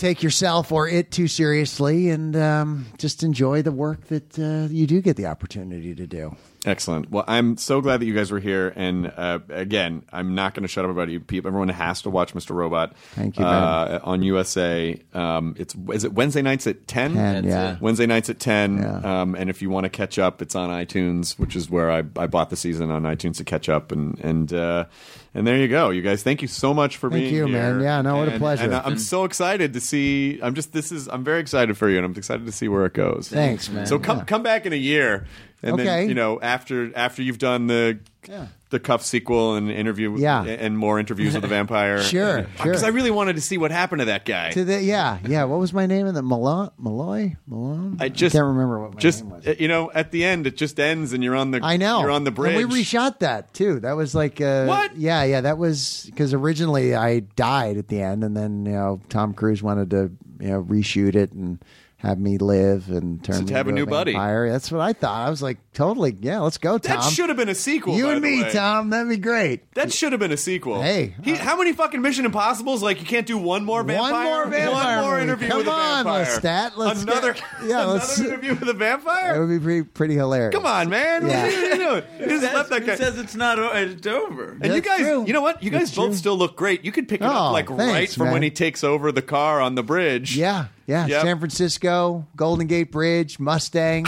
take yourself or it too seriously, and um, just enjoy the work that uh, you do get the opportunity to do. Excellent. Well, I'm so glad that you guys were here. And uh, again, I'm not going to shut up about you. People, everyone has to watch Mr. Robot. Thank you, uh, on USA. Um, it's is it Wednesday nights at ten? 10, That's yeah. it. Wednesday nights at ten. Um, and if you want to catch up, it's on iTunes, which is where I, I bought the season on iTunes to catch up. And and uh, and there you go, you guys. Thank you so much for Thank being you, here. man. Yeah, no, what a And- pleasure. And I'm so excited to see. I'm just this is. I'm very excited for you, and I'm excited to see where it goes. Thanks, man. So come Yeah. come back in a year, and Okay. then you know after after you've done the. Yeah. The Cuff sequel and interview, Yeah. and more interviews with the vampire. Sure, Because sure. I really wanted to see what happened to that guy. To the, yeah, yeah. What was my name in the Malone? Malloy? Malone? I just can't remember what my just, Uh, You know, at the end, it just ends, and you're on the. I know. you're on the bridge. And we reshot that too. That was like uh, what? Yeah, yeah. That was because originally I died at the end, and then you know Tom Cruise wanted to you know reshoot it and have me live and turn So to me have a into new buddy. vampire. That's what I thought. I was like, totally. Yeah, let's go, Tom. that should have been a sequel. you by and the me, way. Tom. That'd be great. That should have been a sequel. Hey. uh, he, how many fucking Mission Impossibles? Like you can't do one more vampire, One more vampire. one more movie. interview Come with a on, vampire. Lestat. Let's get- another yeah, another let's, interview with a vampire. That would be pretty, pretty hilarious. Come on, man. What Yeah. are you doing? You just left that guy. says it's not. o- It's over. And you guys, you know what? You guys It's both true. still look great. You could pick it Oh, up like right thanks, from man. when he takes over the car on the bridge. Yeah, yeah. Yep. San Francisco, Golden Gate Bridge, Mustang.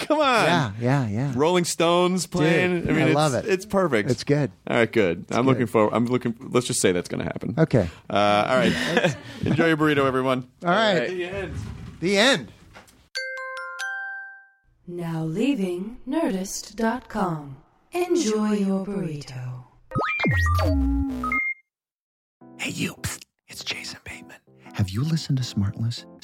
Come on. Yeah, yeah, yeah. Rolling Stones playing. Dude, I mean, I it's, love it. It's perfect. It's good. All right, good. I'm looking forward. I'm looking. Let's just say that's going to happen. Okay. Uh, all right. Enjoy your burrito, everyone. All right. The end. The end. Now leaving Nerdist.com. Enjoy your burrito. Hey, you. Psst. It's Jason Bateman. Have you listened to Smartless?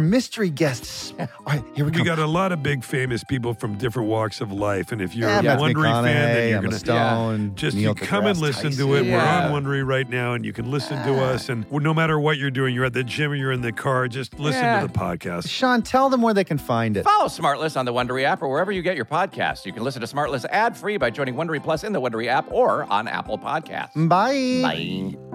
mystery guests. All right, here we go. We got a lot of big famous people from different walks of life, and if you're Yeah, a Beth Wondery fan, McConaughey, then you're Emma gonna Stone, Yeah. just Neil you come and deGrasse listen Tyson. to it. Yeah. We're on Wondery right now, and you can listen to us. And no matter what you're doing, you're at the gym or you're in the car, just listen Yeah. to the podcast. Sean, tell them where they can find it. Follow Smartless on the Wondery app or wherever you get your podcasts. You can listen to Oh, Smartless ad free by joining Wondery Plus in the Wondery app or on Apple Podcasts. Bye. Bye.